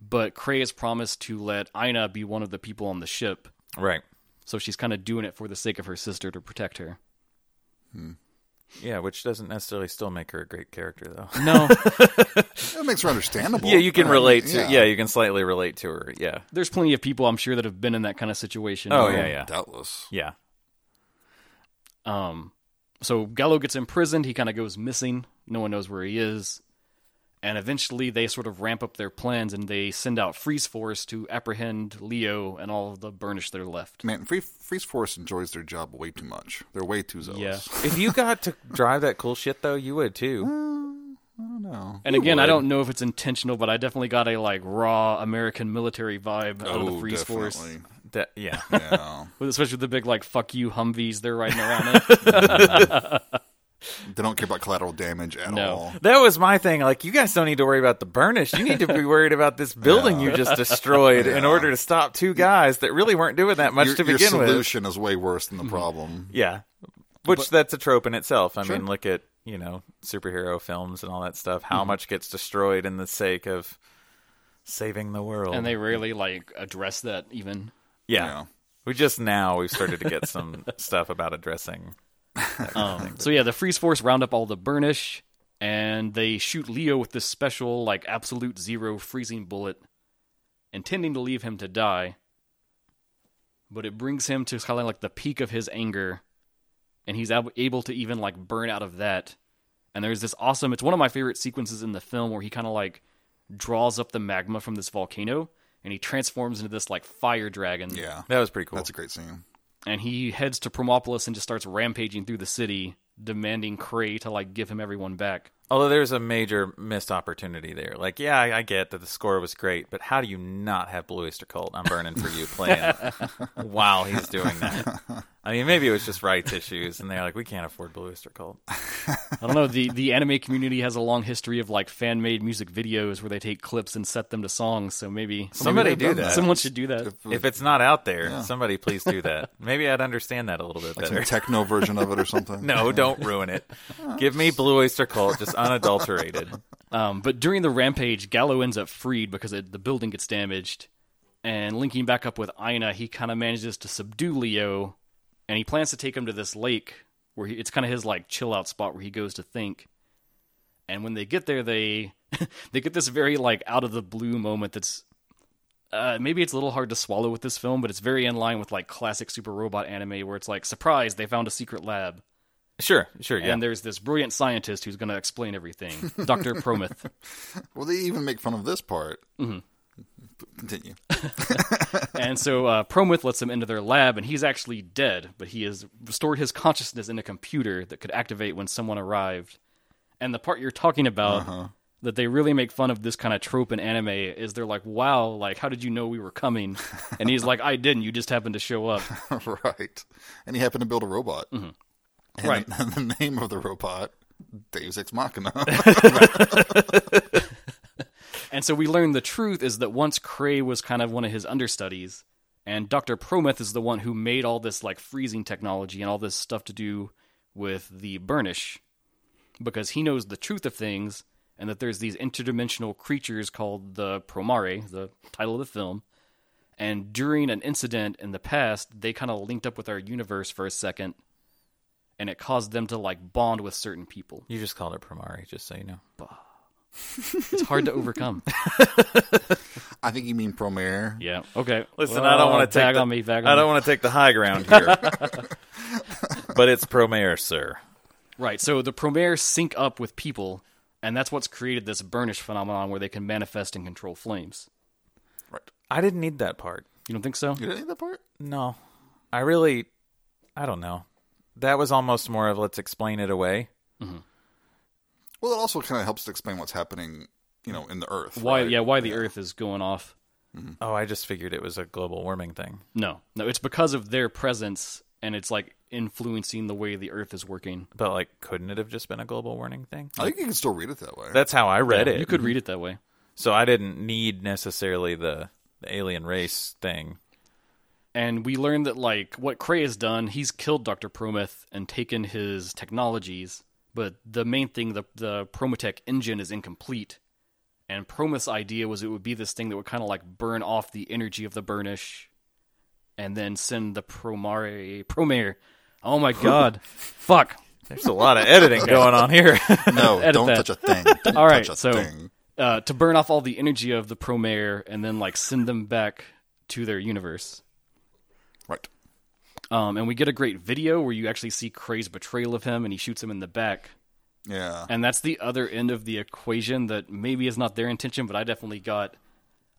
Speaker 1: but Cray has promised to let Ina be one of the people on the ship.
Speaker 2: Right.
Speaker 1: So she's kind of doing it for the sake of her sister to protect her.
Speaker 2: Yeah, which doesn't necessarily still make her a great character, though.
Speaker 1: No,
Speaker 3: It makes her understandable.
Speaker 2: yeah, you can
Speaker 3: Right.
Speaker 2: relate to. Yeah. you can slightly relate to her. Yeah.
Speaker 1: there's plenty of people I'm sure that have been in that kind of situation.
Speaker 2: Oh,
Speaker 1: where,
Speaker 2: yeah, yeah.
Speaker 3: Doubtless.
Speaker 2: Yeah.
Speaker 1: Um, so Gallo gets imprisoned. He kind of goes missing. No one knows where he is. And eventually, they sort of ramp up their plans and they send out Freeze Force to apprehend Leo and all of the burnish that are left.
Speaker 3: Man, Free, Freeze Force enjoys their job way too much. They're way too zealous.
Speaker 1: Yeah.
Speaker 2: if you got to drive that cool shit though, you would too.
Speaker 3: No.
Speaker 1: And again, I don't know if it's intentional, but I definitely got a like raw American military vibe out of the Freeze Force,
Speaker 3: Oh, definitely.
Speaker 2: That, yeah.
Speaker 3: Yeah.
Speaker 1: with, especially with the big like "fuck you" Humvees they're riding around in.
Speaker 3: They don't care about collateral damage at
Speaker 1: No.
Speaker 3: all.
Speaker 2: That was my thing. Like, you guys don't need to worry about the burnish. You need to be worried about this building you just destroyed in
Speaker 3: Yeah.
Speaker 2: order to stop two guys that really weren't doing that much
Speaker 3: your,
Speaker 2: to
Speaker 3: your
Speaker 2: begin with.
Speaker 3: solution is way worse
Speaker 1: Hmm.
Speaker 3: than the problem.
Speaker 2: Yeah. Which that's a trope in itself. I
Speaker 1: Sure.
Speaker 2: mean, look at, you know, superhero films and all that stuff. How
Speaker 3: Mm-hmm.
Speaker 2: much gets destroyed in the sake of saving the world.
Speaker 1: and they rarely like address that even.
Speaker 2: yeah.
Speaker 3: Yeah.
Speaker 2: We just now we've started to get some stuff about addressing.
Speaker 1: Um, so yeah, the Freeze Force round up all the burnish, and they shoot Leo with this special like absolute zero freezing bullet, intending to leave him to die. But it brings him to kind of like the peak of his anger, and he's ab- able to even like burn out of that. And there's this awesome. It's one of my favorite sequences in the film where he kind of like draws up the magma from this volcano, and he transforms into this like fire dragon
Speaker 3: Yeah,
Speaker 2: That was pretty cool.
Speaker 3: that's a great scene.
Speaker 1: and he heads to Promopolis and just starts rampaging through the city, demanding Cray to like give him everyone back.
Speaker 2: Although there's a major missed opportunity there. Like, yeah, I, I get that the score was great, but how do you not have Blue Oyster Cult? I'm burning for you playing while he's doing that. I mean, maybe it was just rights issues, and they're like, we can't afford Blue Oyster Cult.
Speaker 1: I don't know. The the anime community has a long history of like fan made music videos where they take clips and set them to songs. So maybe
Speaker 2: Somebody do
Speaker 3: done
Speaker 2: that.
Speaker 1: someone should do that.
Speaker 2: If it's not out there, somebody please do that. Maybe I'd understand that a little bit
Speaker 3: Some
Speaker 2: better.
Speaker 3: techno version of it or something.
Speaker 2: No, don't ruin it. Give me Blue Oyster Cult, just unadulterated.
Speaker 1: Um, but during the rampage, Gallo ends up freed because it, the building gets damaged. And linking back up with Ina, he kind of manages to subdue Leo, and he plans to take him to this lake where he, it's kind of his like chill out spot where he goes to think. And when they get there, they they get this very like out of the blue moment that's uh, maybe it's a little hard to swallow with this film, but it's very in line with like classic super robot anime where it's like surprise they found a secret lab
Speaker 2: Sure, sure, yeah.
Speaker 1: and there's this brilliant scientist who's going to explain everything, Doctor Prometh.
Speaker 3: Well, they even make fun of this part. Mm-hmm. Continue.
Speaker 1: And so uh, Promwith lets them into their lab, and he's actually dead, but he has restored his consciousness in a computer that could activate when someone arrived. And the part you're talking about that they really make fun of this kind of trope in anime is they're like, wow, like, how did you know we were coming? And he's like, I didn't. You just happened to show up.
Speaker 3: right. And he happened to build a robot.
Speaker 1: Mm-hmm.
Speaker 3: And
Speaker 2: Right.
Speaker 3: The, and the name of the robot, Dave's Ex Machina.
Speaker 1: And so we learn the truth is that once Cray was kind of one of his understudies, and Dr. Prometh is the one who made all this like freezing technology and all this stuff to do with the burnish because he knows the truth of things and that there's these interdimensional creatures called the Promare, the title of the film. And during an incident in the past, they kind of linked up with our universe for a second and it caused them to like bond with certain people.
Speaker 2: You just called it Primari, just so you know.
Speaker 1: It's hard to overcome.
Speaker 3: I think you mean Promare.
Speaker 1: Yeah. Okay.
Speaker 2: Listen, I don't want to take
Speaker 1: tag
Speaker 2: the,
Speaker 1: on me. Tag on
Speaker 2: I
Speaker 1: me.
Speaker 2: don't want to take the high ground here. but it's Promare, sir.
Speaker 1: Right. So the Promare sync up with people, and that's what's created this burnish phenomenon where they can manifest and control flames.
Speaker 3: Right.
Speaker 2: I didn't need that part.
Speaker 1: You don't think so?
Speaker 3: You didn't need that part?
Speaker 2: No. I really I don't know. That was almost more of let's explain it away.
Speaker 3: Well, it also kind of helps to explain what's happening, you know, in the Earth.
Speaker 1: Why?
Speaker 3: right?
Speaker 1: Yeah. Why the Earth is going off? Hmm.
Speaker 2: Oh, I just figured it was a global warming thing.
Speaker 1: No. No. It's because of their presence, and it's like influencing the way the Earth is working.
Speaker 2: But like couldn't it have just been a global warning thing?
Speaker 3: I think you can still read it that way.
Speaker 2: That's how I read it.
Speaker 1: Uh, You could read it that way.
Speaker 2: So I didn't need necessarily the, the alien race thing.
Speaker 1: And we learned that like what Cray has done, he's killed Doctor Prometh and taken his technologies. But the main thing, the the Prometech engine is incomplete. And Prometh's idea was it would be this thing that would kind of like burn off the energy of the burnish, and then send the Promare Promare. Oh my god, fuck!
Speaker 2: There's a lot of editing going on here.
Speaker 3: no,
Speaker 1: Edit
Speaker 3: don't
Speaker 1: that.
Speaker 3: touch a thing. Don't
Speaker 1: All right,
Speaker 3: touch a
Speaker 1: so
Speaker 3: thing.
Speaker 1: uh, to burn off all the energy of the Promare and then like send them back to their universe.
Speaker 3: Right.
Speaker 1: Um, and we get a great video where you actually see Cray's betrayal of him, and he shoots him in the back.
Speaker 3: Yeah.
Speaker 1: and that's the other end of the equation that maybe is not their intention, but I definitely got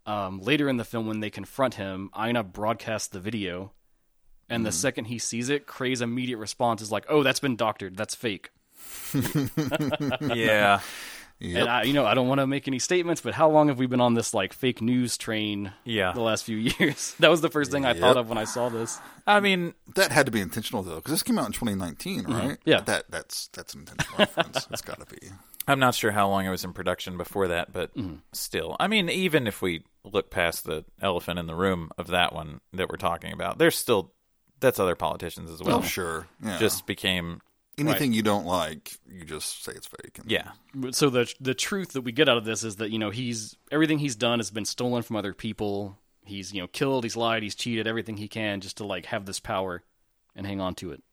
Speaker 1: um, later in the film when they confront him. Ina broadcasts the video, and
Speaker 3: Mm-hmm.
Speaker 1: the second he sees it, Cray's immediate response is like, "Oh, that's been doctored. That's fake."
Speaker 2: yeah.
Speaker 3: Yep.
Speaker 1: And I, you know, I don't want to make any statements, but how long have we been on this like fake news train?
Speaker 2: Yeah.
Speaker 1: the last few years. That was the first thing I
Speaker 3: Yep.
Speaker 1: thought of when I saw this.
Speaker 2: I mean,
Speaker 3: That had to be intentional though, because this came out in 2019, right?
Speaker 1: Mm-hmm. Yeah.
Speaker 3: that that's that's an intentional reference. It's got to be.
Speaker 2: I'm not sure how long it was in production before that, but still. I mean, even if we look past the elephant in the room of that one that we're talking about, there's still that's other politicians as well.
Speaker 3: Oh, sure. Yeah.
Speaker 2: Just became
Speaker 3: anything you don't like, you just say it's fake. And
Speaker 2: yeah.
Speaker 1: So the the truth that we get out of this is that you know he's everything he's done has been stolen from other people. He's you know killed, he's lied, he's cheated everything he can just to like have this power and hang on to it.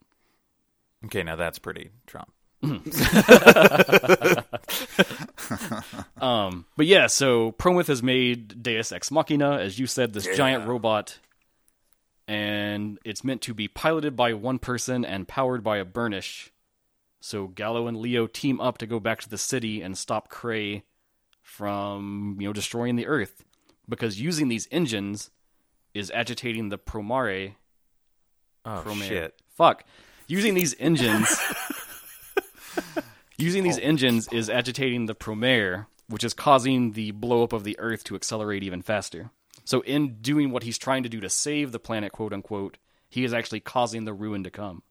Speaker 2: Okay, now that's pretty Trump.
Speaker 1: Um, but yeah, so Prometh has made Deus Ex Machina, as you said, this giant robot, and it's meant to be piloted by one person and powered by a burnish. So Gallo and Leo team up to go back to the city and stop Cray from you know destroying the Earth, because using these engines is agitating the Promare.
Speaker 2: Oh
Speaker 1: Promare.
Speaker 2: shit.
Speaker 1: Fuck. Using these engines. using these engines is agitating the Promare, which is causing the blow up of the Earth to accelerate even faster. So, in doing what he's trying to do to save the planet, quote unquote, he is actually causing the ruin to come.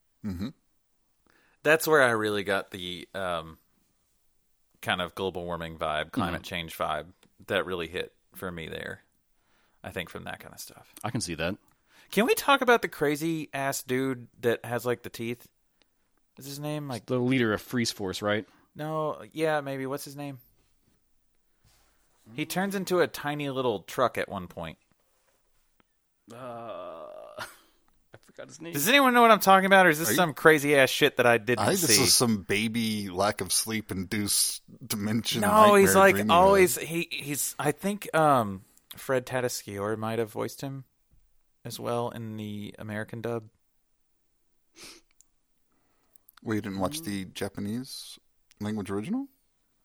Speaker 2: That's where I really got the um, kind of global warming vibe, climate change vibe that really hit for me there. I think from that kind of stuff.
Speaker 1: I can see that.
Speaker 2: Can we talk about the crazy ass dude that has like the teeth? Is his name like
Speaker 1: The leader of Freeze Force, right?
Speaker 2: No, yeah, maybe. What's his name? He turns into a tiny little truck at one point.
Speaker 1: Uh, I forgot his name.
Speaker 2: Does anyone know what I'm talking about, or is this
Speaker 3: you-
Speaker 2: some crazy ass shit that I didn't
Speaker 3: I think
Speaker 2: see?
Speaker 3: this is some baby lack of sleep induced dementia.
Speaker 2: no, he's
Speaker 3: nightmare
Speaker 2: like
Speaker 3: dreaming
Speaker 2: always. He he's. I think um, Fred Tatasciore might have voiced him as well in the American dub.
Speaker 3: of- Well, you didn't watch the Japanese language original?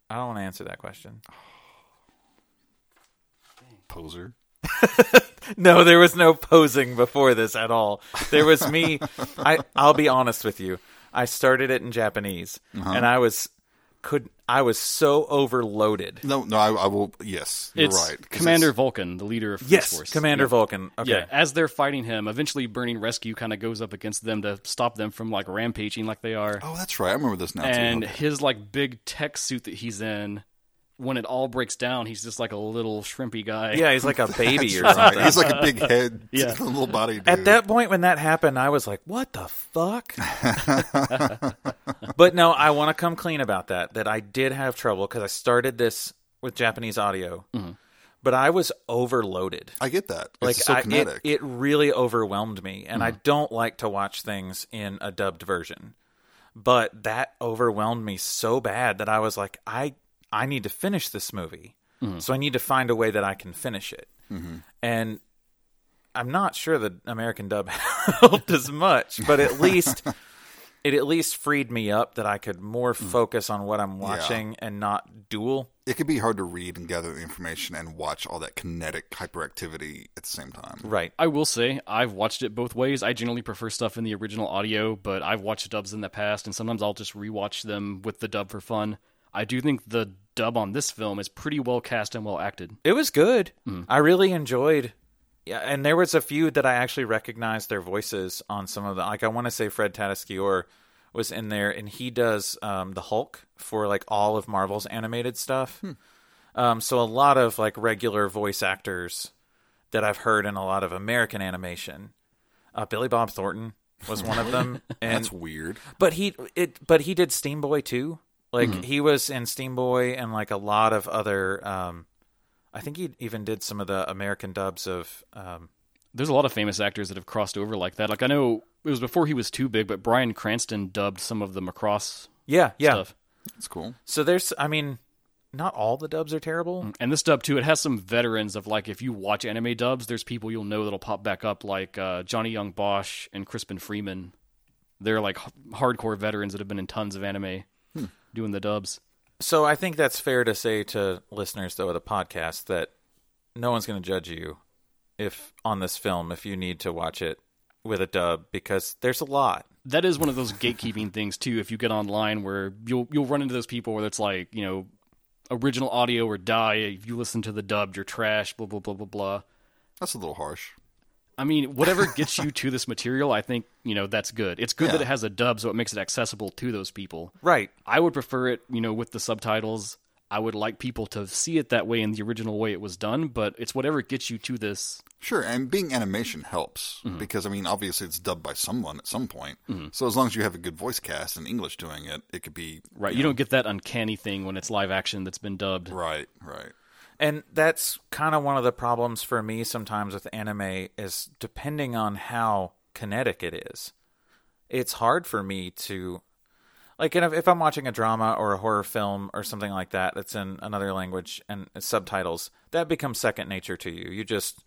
Speaker 2: I don't want to answer that question.
Speaker 3: Poser.
Speaker 2: No, there was no posing before this at all. There was me. I I'll be honest with you. I started it in Japanese, and I was could I was so overloaded.
Speaker 3: No, no, I, I will. Yes, you're
Speaker 1: it's
Speaker 3: right. 'cause
Speaker 1: Commander Vulcan, the leader of Freeze Force.
Speaker 2: Commander Vulcan. Okay,
Speaker 1: Yeah, as they're fighting him, eventually Burning Rescue kind of goes up against them to stop them from like rampaging like they are.
Speaker 3: it's- Oh, that's right. I remember this now.
Speaker 1: and
Speaker 3: too.
Speaker 1: his like big tech suit that he's in when it all breaks down he's just like a little shrimpy guy
Speaker 2: yeah, he's like a baby or
Speaker 3: That's right.
Speaker 2: something.
Speaker 3: He's like a big head,
Speaker 1: Yeah.
Speaker 3: with a little body. Dude.
Speaker 2: At that point, when that happened, I was like, "What the fuck?" but no, I want to come clean about that. That I did have trouble because I started this with Japanese audio, but I was overloaded.
Speaker 3: I get that. It's
Speaker 2: like
Speaker 3: so Mm-hmm.
Speaker 2: I, it,
Speaker 3: kinetic.
Speaker 2: it really overwhelmed me and i don't like to watch things in a dubbed version but that overwhelmed me so bad that i was like i i need to finish this movie
Speaker 3: Mm-hmm.
Speaker 2: so i need to find a way that i can finish it and i'm not sure the american dub helped as much but at least it at least freed me up that i could more
Speaker 3: Mm.
Speaker 2: focus on what i'm watching and not duel
Speaker 3: it could be hard to read and gather the information and watch all that kinetic hyperactivity at the same time.
Speaker 2: right
Speaker 1: i will say i've watched it both ways i generally prefer stuff in the original audio but i've watched dubs in the past and sometimes i'll just rewatch them with the dub for fun i do think the dub on this film is pretty well cast and well acted
Speaker 2: It was good. I really enjoyed. Yeah, and there was a few that I actually recognized their voices on some of the. Like I want to say Fred Tatasciore was in there, and he does um, the Hulk for like all of Marvel's animated stuff. Um, so a lot of like regular voice actors that I've heard in a lot of American animation. Uh, Billy Bob Thornton was one of them, and
Speaker 3: That's weird.
Speaker 2: but he it but he did Steamboy too. Like he was in Steamboy and like a lot of other um I think he even did some of the American dubs of um
Speaker 1: there's a lot of famous actors that have crossed over like that like i know it was before he was too big but brian cranston dubbed some of the macross
Speaker 2: yeah, yeah.
Speaker 1: stuff
Speaker 3: That's cool.
Speaker 2: So there's I mean not all the dubs are terrible.
Speaker 1: And this dub too, it has some veterans of like if you watch anime dubs, there's people you'll know that'll pop back up like uh, Johnny Young Bosch and Crispin Freeman. They're like h- hardcore veterans that have been in tons of anime doing the dubs.
Speaker 2: So I think that's fair to say to listeners though of the podcast that no one's going to judge you if on this film if you need to watch it with a dub because there's a lot.
Speaker 1: That is one of those gatekeeping things too. If you get online, where you'll you'll run into those people where it's like you know original audio or die. If you listen to the dubbed, you're trash. Blah blah blah blah blah.
Speaker 3: That's a little harsh.
Speaker 1: I mean, whatever gets you to this material, I think you know that's good. It's good that
Speaker 3: Yeah.
Speaker 1: it has a dub, so it makes it accessible to those people.
Speaker 2: Right.
Speaker 1: I would prefer it, you know, with the subtitles. I would like people to see it that way in the original way it was done, but it's whatever gets you to this.
Speaker 3: Sure, and being animation helps
Speaker 2: Mm-hmm.
Speaker 3: because I mean, obviously it's dubbed by someone at some point. So as long as you have a good voice cast in English doing it, it could be
Speaker 1: Right. You don't get that uncanny thing when it's live action that's been dubbed.
Speaker 3: right, right.
Speaker 2: And that's kind of one of the problems for me sometimes with anime is depending on how kinetic it is. It's hard for me to like and if, if I'm watching a drama or a horror film or something like that that's in another language and it's subtitles, that becomes second nature to you. You just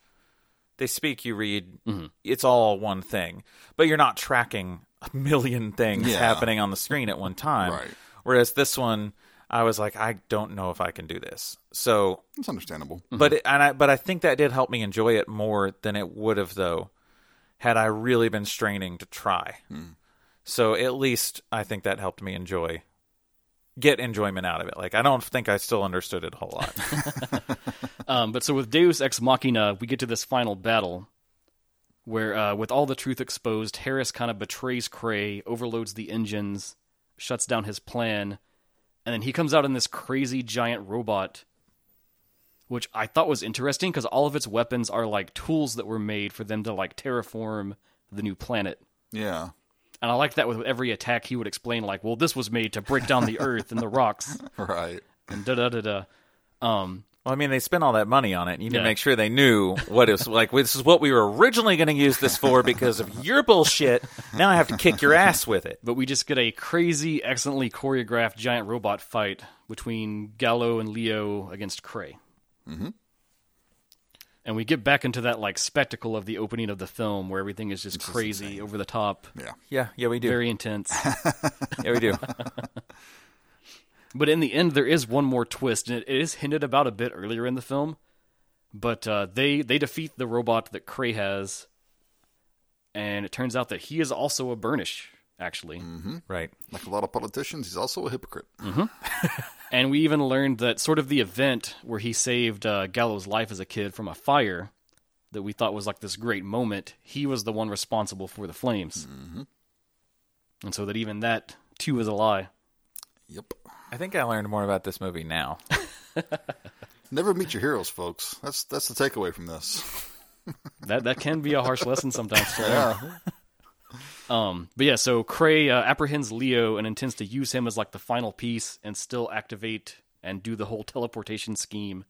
Speaker 2: they speak, you read,
Speaker 3: Mm-hmm.
Speaker 2: it's all one thing. But you're not tracking a million things
Speaker 3: Yeah.
Speaker 2: happening on the screen at one time.
Speaker 3: Right.
Speaker 2: Whereas this one, I was like, I don't know if I can do this. So
Speaker 3: It's understandable.
Speaker 2: but it, and I but I think that did help me enjoy it more than it would have though had I really been straining to try. So at least I think that helped me enjoy get enjoyment out of it. Like I don't think I still understood it a whole lot.
Speaker 1: Um, but so with Deus Ex Machina, we get to this final battle where, uh, with all the truth exposed, Harris kind of betrays Cray, overloads the engines, shuts down his plan, and then he comes out in this crazy giant robot, which I thought was interesting because all of its weapons are like tools that were made for them to like terraform the new planet.
Speaker 3: Yeah.
Speaker 1: And I like that with every attack, he would explain, like, well, this was made to break down the earth and the rocks,
Speaker 3: Right.
Speaker 1: and da da da da. Um,
Speaker 2: well, I mean, they spent all that money on it. and You need
Speaker 1: Yeah.
Speaker 2: to make sure they knew what is like this is what we were originally going to use this for because of your bullshit. Now I have to kick your ass with it.
Speaker 1: but we just get a crazy, excellently choreographed giant robot fight between Gallo and Leo against Cray. Mm-hmm. And we get back into that like spectacle of the opening of the film where everything is just crazy, over the top,
Speaker 3: Yeah.
Speaker 2: Yeah, yeah, we do.
Speaker 1: very intense.
Speaker 2: yeah, we do.
Speaker 1: but in the end, there is one more twist, and it is hinted about a bit earlier in the film. But uh, they they defeat the robot that Cray has, and it turns out that he is also a Burnish, actually.
Speaker 2: right.
Speaker 3: Like a lot of politicians, he's also a hypocrite.
Speaker 2: Mm.
Speaker 1: And we even learned that sort of the event where he saved uh, Gallo's life as a kid from a fire that we thought was like this great moment, he was the one responsible for the flames. Mm-hmm. And so that even that too is a lie.
Speaker 3: Yep.
Speaker 2: I think I learned more about this movie now.
Speaker 3: Never meet your heroes, folks. That's that's the takeaway from this.
Speaker 1: That that can be a harsh lesson sometimes. to learn.
Speaker 3: Yeah.
Speaker 1: Um, but yeah, so Cray uh, apprehends Leo and intends to use him as like the final piece and still activate and do the whole teleportation scheme.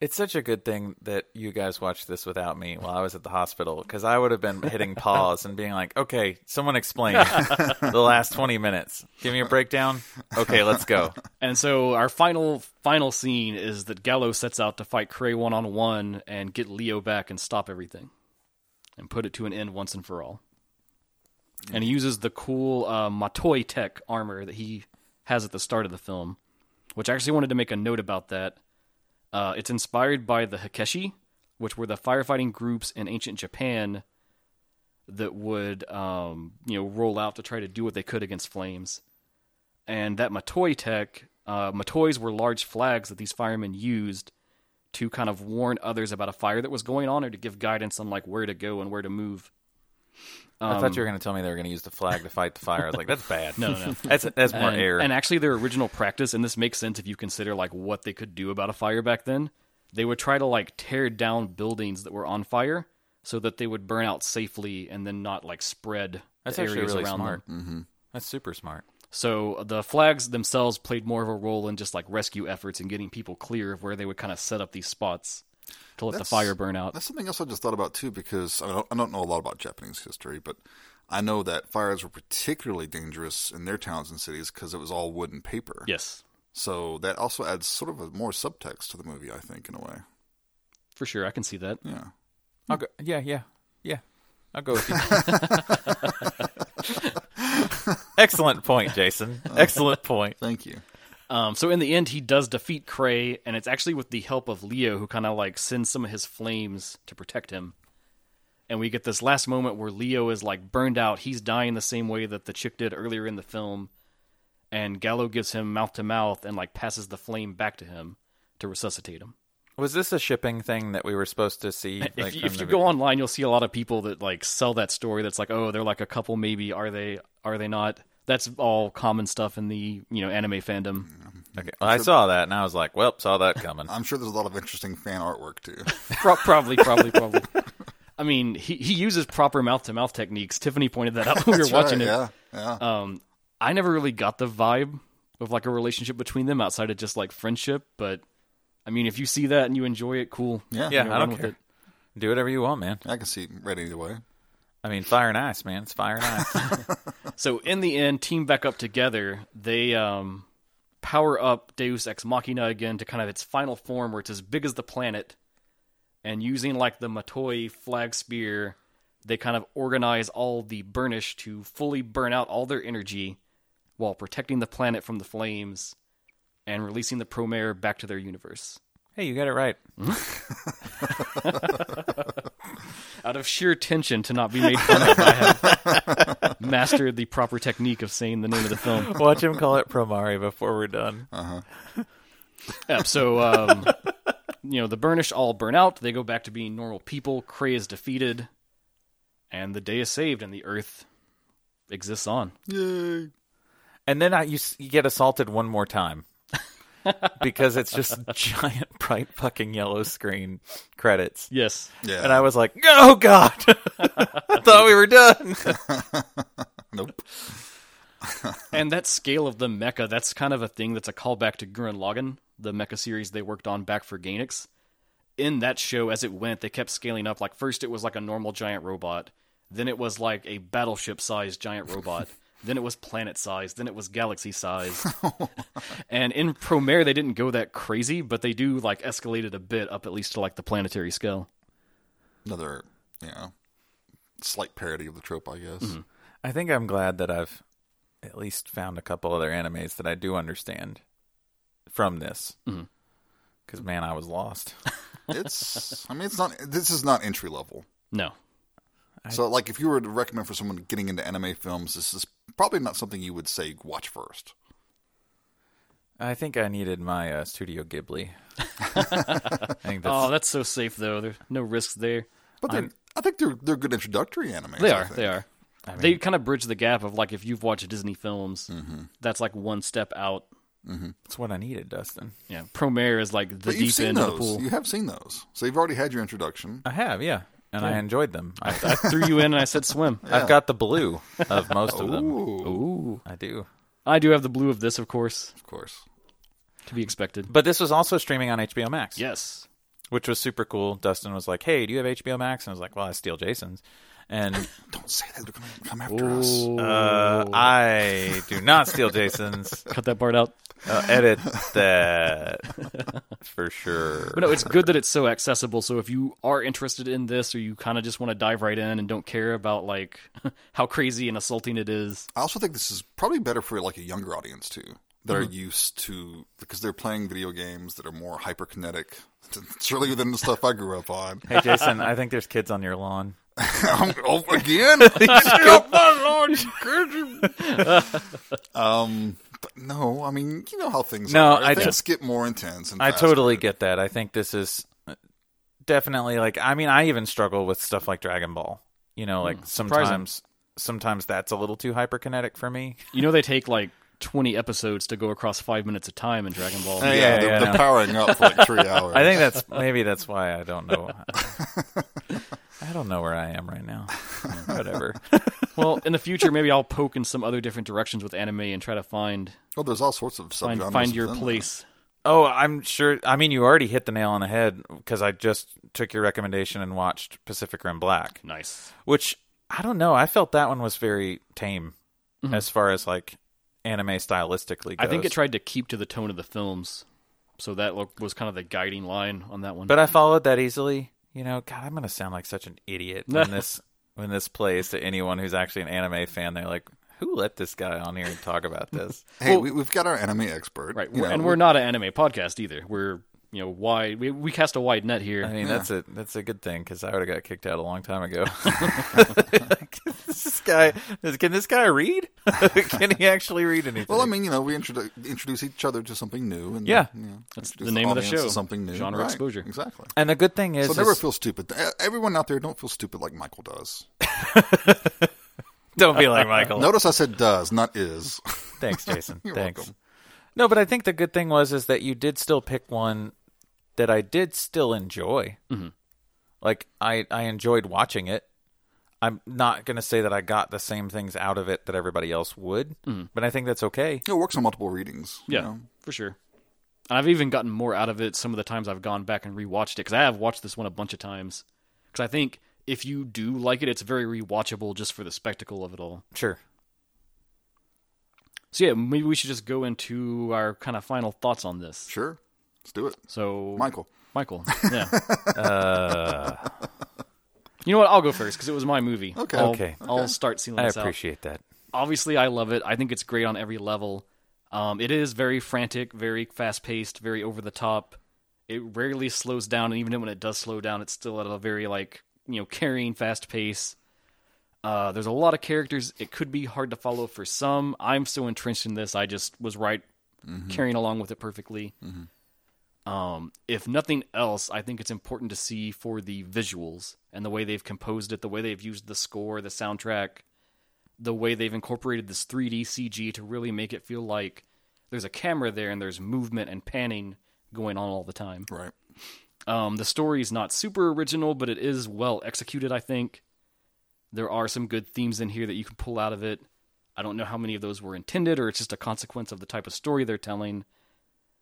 Speaker 2: It's such a good thing that you guys watched this without me while I was at the hospital because I would have been hitting pause and being like, okay, someone explain the last 20 minutes. Give me a breakdown. Okay, let's go.
Speaker 1: And so our final final scene is that Gallo sets out to fight Cray one on one and get Leo back and stop everything, and put it to an end once and for all. And he uses the cool uh, Matoi Tech armor that he has at the start of the film, which I actually wanted to make a note about that. Uh, it's inspired by the Hakeshi, which were the firefighting groups in ancient Japan that would um, you know roll out to try to do what they could against flames and that Matoi tech, uh, Matois were large flags that these firemen used to kind of warn others about a fire that was going on or to give guidance on like where to go and where to move.
Speaker 2: I thought you were going to tell me they were going to use the flag to fight the fire. I was like, that's bad.
Speaker 1: Um, No, no, no.
Speaker 2: That's, that's more
Speaker 1: and,
Speaker 2: air.
Speaker 1: and actually, their original practice, and this makes sense if you consider like what they could do about a fire back then. They would try to like tear down buildings that were on fire so that they would burn out safely and then not like spread
Speaker 2: that's
Speaker 1: to
Speaker 2: actually
Speaker 1: areas
Speaker 2: really
Speaker 1: around them.
Speaker 2: smart. Mm-hmm. That's super smart.
Speaker 1: So the flags themselves played more of a role in just like rescue efforts and getting people clear of where they would kind of set up these spots to let
Speaker 3: That's-
Speaker 1: the fire burn out.
Speaker 3: That's something else I just thought about too, because I don't, I don't know a lot about Japanese history, but I know that fires were particularly dangerous in their towns and cities because it was all wood and paper.
Speaker 1: Yes,
Speaker 3: So that also adds sort of a more subtext to the movie, I think, in a way.
Speaker 1: for sure. I can see that.
Speaker 3: Yeah.
Speaker 2: I'll go. Yeah, yeah, yeah. I'll go with you. Excellent point, Jason. Excellent point.
Speaker 3: Thank you.
Speaker 1: Um, so in the end, he does defeat Cray, and it's actually with the help of Leo, who kind of like sends some of his flames to protect him. And we get this last moment where Leo is like burned out. He's dying the same way that the chick did earlier in the film. and Gallo gives him mouth to mouth and like passes the flame back to him to resuscitate him.
Speaker 2: Was this a shipping thing that we were supposed to see?
Speaker 1: if you, if you go online, you'll see a lot of people that like sell that story. That's like, oh, they're like a couple, maybe. Are they? Are they not? That's all common stuff in the you know anime
Speaker 3: Mm.
Speaker 1: fandom.
Speaker 2: okay. well, I saw that and I was like, "Well, saw that coming."
Speaker 3: I'm sure there's a lot of interesting fan artwork too.
Speaker 1: Pro- probably, probably, probably. I mean, he, he uses proper mouth to mouth techniques. Tiffany pointed that out when we were
Speaker 3: That's
Speaker 1: watching
Speaker 3: right,
Speaker 1: it.
Speaker 3: Yeah, yeah.
Speaker 1: Um, I never really got the vibe of like a relationship between them outside of just like friendship. But I mean, if you see that and you enjoy it, cool.
Speaker 3: Yeah.
Speaker 1: You
Speaker 2: yeah,
Speaker 1: know,
Speaker 2: I
Speaker 1: run
Speaker 2: don't
Speaker 1: with
Speaker 2: care.
Speaker 1: it.
Speaker 2: Do whatever you want, man.
Speaker 3: I can see read either way.
Speaker 2: I mean, fire and ice, man. It's fire and ice.
Speaker 1: So in the end, team back up together. They um, power up Deus Ex Machina again to kind of its final form, where it's as big as the planet. And using like the Matoi flag spear, they kind of organize all the burnish to fully burn out all their energy, while protecting the planet from the flames, and releasing the Promare back to their universe.
Speaker 2: hey, you got it right.
Speaker 1: Out of sheer tension to not be made fun of, I have mastered the proper technique of saying the name of the film.
Speaker 2: Watch him call it Promari before we're done.
Speaker 1: Yeah, so um, you know the burnished all burn out. They go back to being normal people. Krey is defeated, and the day is saved, and the Earth exists on.
Speaker 3: Yay!
Speaker 2: And then I, you, s- you get assaulted one more time because it's just giant, bright, fucking yellow screen credits.
Speaker 1: Yes,
Speaker 3: Yeah.
Speaker 2: And I was like, oh, God. I thought we were done.
Speaker 3: nope.
Speaker 1: and that scale of the mecha, that's kind of a thing that's a callback to Gurren Lagann, the mecha series they worked on back for Gainax. In that show, as it went, they kept scaling up. Like first, it was like a normal giant robot. Then it was like a battleship-sized giant robot. then it was planet-sized. Then it was galaxy-sized. and in Promare, they didn't go that crazy, but they do like escalate it a bit up at least to like the planetary scale.
Speaker 3: Another, you know, slight parody of the trope, I guess.
Speaker 2: I think I'm glad that I've at least found a couple other animes that I do understand from this. Because, man, I was lost.
Speaker 3: It's. I mean, it's not. This is not entry level.
Speaker 1: No,
Speaker 3: So, like, if you were to recommend for someone getting into anime films, this is probably not something you would say watch first.
Speaker 2: I think I needed my uh, Studio Ghibli. I think that's,
Speaker 1: oh, that's so safe though. There's no risks there.
Speaker 3: But they're, I think they're they're good introductory animes.
Speaker 1: They
Speaker 3: I
Speaker 1: are.
Speaker 3: think.
Speaker 1: They are. they kind of bridge the gap of like if you've watched Disney films,
Speaker 3: Mm-hmm.
Speaker 1: that's like one step out.
Speaker 2: that's what I needed, Dustin.
Speaker 1: Yeah, Promare is like the
Speaker 3: But you've
Speaker 1: deep
Speaker 3: seen
Speaker 1: end
Speaker 3: those.
Speaker 1: of the pool.
Speaker 3: You have seen those. So you've already had your introduction.
Speaker 2: I have, yeah. And I enjoyed them. I,
Speaker 1: I threw you in and I said swim.
Speaker 2: I've got the blue of most of them.
Speaker 3: Ooh,
Speaker 1: Ooh,
Speaker 2: I do.
Speaker 1: I do have the blue of this, of course,
Speaker 3: of course.
Speaker 1: to be expected.
Speaker 2: But this was also streaming on HBO Max,
Speaker 1: Yes,
Speaker 2: which was super cool. Dustin was like, "Hey, do you have HBO Max?" And I was like, "Well, I steal Jason's." And
Speaker 3: Don't say that. They're going to come after us.
Speaker 2: uh, I do not steal Jason's.
Speaker 1: cut that part out.
Speaker 2: Uh, edit that for sure.
Speaker 1: But no, it's good that it's so accessible. So if you are interested in this, or you kind of just want to dive right in and don't care about like how crazy and assaulting it is,
Speaker 3: I also think this is probably better for like a younger audience too, that
Speaker 1: Mm-hmm.
Speaker 3: are used to because they're playing video games that are more hyperkinetic, surely than the stuff I grew up on.
Speaker 2: Hey, Jason, I think there's kids on your lawn.
Speaker 3: I'm, oh, again, um, but no, I mean you know how things
Speaker 2: No,
Speaker 3: are.
Speaker 2: I
Speaker 3: things get more intense. And
Speaker 2: I
Speaker 3: faster.
Speaker 2: totally get that. I think this is uh, definitely like I mean I even struggle with stuff like Dragon Ball. You know,
Speaker 1: Hmm.
Speaker 2: like sometimes sometimes that's a little too hyperkinetic for me.
Speaker 1: you know they take like twenty episodes to go across five minutes of time in Dragon Ball.
Speaker 3: Oh, Yeah,
Speaker 2: Yeah,
Speaker 3: the,
Speaker 2: yeah,
Speaker 3: the
Speaker 2: no.
Speaker 3: powering up for like three hours.
Speaker 2: I think that's maybe that's why I don't know. I don't know where I am right now. Whatever.
Speaker 1: well, in the future, maybe I'll poke in some other different directions with anime and try to find
Speaker 3: Well, there's all sorts of
Speaker 1: find,
Speaker 3: subgenres.
Speaker 1: find your
Speaker 3: within that.
Speaker 1: place.
Speaker 2: Oh, I'm sure. I mean, you already hit the nail on the head because I just took your recommendation and watched Pacific Rim Black,
Speaker 1: Nice.
Speaker 2: which I don't know. I felt that one was very tame as far as like anime stylistically goes.
Speaker 1: Mm-hmm. I think it tried to keep to the tone of the films, so that lo- was kind of the guiding line on that one.
Speaker 2: But I followed that easily. You know, God, I'm gonna sound like such an idiot when this when this plays to anyone who's actually an anime fan. They're like, "Who let this guy on here and talk about this?"
Speaker 3: Hey, we, we've got our enemy expert.
Speaker 1: right,
Speaker 3: you
Speaker 1: we're-
Speaker 3: know,
Speaker 1: and we're not an anime podcast either. We're you know wide. We, we cast a wide net here.
Speaker 2: I mean, that's a that's a good thing because I would have got kicked out a long time ago. this guy, this- can this guy read? can he actually read anything?
Speaker 3: Well, I mean, you know, we introdu- introduce each other to something new, and
Speaker 2: Yeah.
Speaker 3: you know,
Speaker 1: That's
Speaker 3: introduce
Speaker 1: the name of the
Speaker 3: audience
Speaker 1: show,
Speaker 3: to something new,
Speaker 1: genre
Speaker 3: Right,
Speaker 1: exposure.
Speaker 3: exactly.
Speaker 2: and the good thing is,
Speaker 3: So never
Speaker 2: is-
Speaker 3: feel stupid. E- Everyone out there, don't feel stupid like Michael does.
Speaker 2: don't be like Michael.
Speaker 3: Notice I said does, not is.
Speaker 2: Thanks, Jason.
Speaker 3: You're
Speaker 2: Thanks.
Speaker 3: welcome.
Speaker 2: No, but I think the good thing was is that you did still pick one that I did still enjoy. Mm-hmm. Like I, I enjoyed watching it. I'm not gonna say that I got the same things out of it that everybody else would, but I think that's okay.
Speaker 3: It works on multiple readings. you
Speaker 1: Yeah,
Speaker 3: know.
Speaker 1: for sure. And I've even gotten more out of it some of the times I've gone back and rewatched it because I have watched this one a bunch of times. Because I think if you do like it, it's very rewatchable just for the spectacle of it all.
Speaker 2: Sure.
Speaker 1: So yeah, maybe we should just go into our kind of final thoughts on this.
Speaker 3: Sure, let's do it,
Speaker 1: So
Speaker 3: Michael.
Speaker 1: Michael, yeah. Uh, You know what? I'll go first because it was my movie.
Speaker 3: Okay.
Speaker 1: I'll,
Speaker 2: Okay.
Speaker 1: I'll start sealing
Speaker 2: I
Speaker 1: this out.
Speaker 2: appreciate that.
Speaker 1: obviously I love it. I think it's great on every level. Um, it is very frantic, very fast paced, very over the top. It rarely slows down, and even when it does slow down, it's still at a very like you know carrying fast pace. Uh, there's a lot of characters. It could be hard to follow for some. I'm so entrenched in this. I just was right carrying along with it perfectly. Um, if nothing else, I think it's important to see for the visuals and the way they've composed it, the way they've used the score, the soundtrack the way they've incorporated this 3D CG to really make it feel like there's a camera there and there's movement and panning going on all the time.
Speaker 3: Right.
Speaker 1: Um, the story is not super original, but it is well executed, I think. There are some good themes in here that you can pull out of it. I don't know how many of those were intended or it's just a consequence of the type of story they're telling.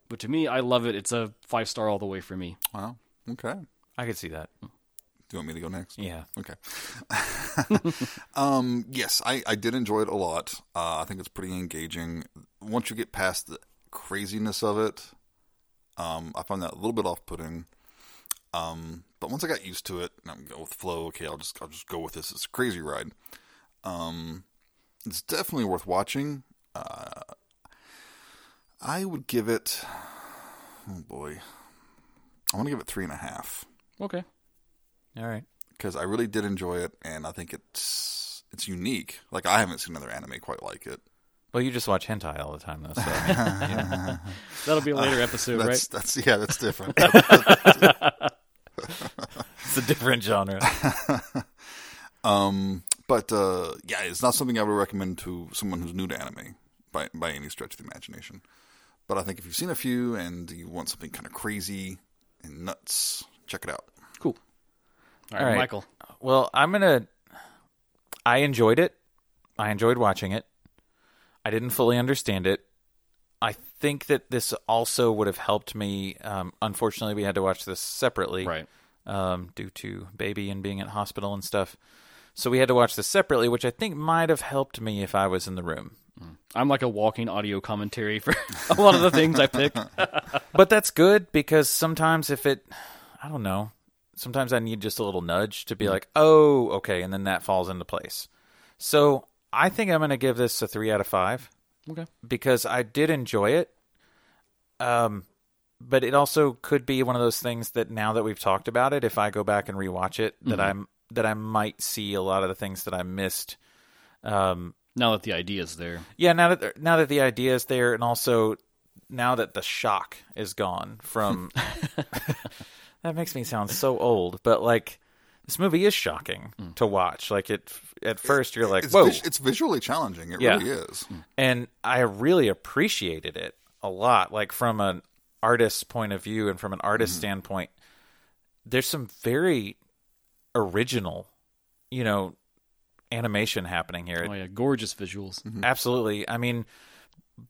Speaker 1: But to me, I love it. It's a five star all the way for me.
Speaker 3: Wow. Okay.
Speaker 2: I could see that.
Speaker 3: Do you want me to go next?
Speaker 2: Yeah.
Speaker 3: Okay. um, yes, I, I did enjoy it a lot. Uh, I think it's pretty engaging. Once you get past the craziness of it, um, I find that a little bit off putting. Um, but once I got used to it, and I'm go with the flow. Okay, I'll just I'll just go with this. It's a crazy ride. Um, it's definitely worth watching. Uh, I would give it. Oh boy, I want to give it three and a half
Speaker 1: Okay.
Speaker 2: All right.
Speaker 3: because I really did enjoy it, and I think it's it's unique. Like I haven't seen another anime quite like it.
Speaker 2: Well, you just watch hentai all the time, though. So I mean,
Speaker 1: That'll be a later episode, right?
Speaker 3: That's that's yeah, that's different.
Speaker 2: it's a different genre.
Speaker 3: um, but uh, yeah, it's not something I would recommend to someone who's new to anime by by any stretch of the imagination. But I think if you've seen a few and you want something kind of crazy and nuts, check it out.
Speaker 1: Cool. all
Speaker 2: All
Speaker 1: right,
Speaker 2: right.
Speaker 1: Michael.
Speaker 2: Well, I'm gonna. I enjoyed it. I enjoyed watching it. I didn't fully understand it. I think that this also would have helped me. Um, unfortunately, we had to watch this separately,
Speaker 1: Right.
Speaker 2: Um, due to baby and being at hospital and stuff. So we had to watch this separately, which I think might have helped me if I was in the room.
Speaker 1: I'm like a walking audio commentary for a lot of the things I pick.
Speaker 2: but that's good because sometimes if it i don't know sometimes i need just a little nudge to be like oh okay and then that falls into place so i think i'm going to give this a three out of five
Speaker 1: Okay.
Speaker 2: because i did enjoy it um but it also could be one of those things that now that we've talked about it if i go back and rewatch it that i'm that i might see a lot of the things that i missed um
Speaker 1: Now that the idea's there.
Speaker 2: yeah, now that now that the idea is there, and also now that the shock is gone from that makes me sound so old, but like this movie is shocking to watch. Like it at first you're like,
Speaker 3: It's
Speaker 2: whoa,
Speaker 3: vis- it's visually challenging. It
Speaker 2: Yeah.
Speaker 3: really is.
Speaker 2: and I really appreciated it a lot. Like from an artist's point of view and from an artist's standpoint, there's some very original, you know, animation happening here. It
Speaker 1: Oh yeah, gorgeous visuals.
Speaker 2: Absolutely. I mean,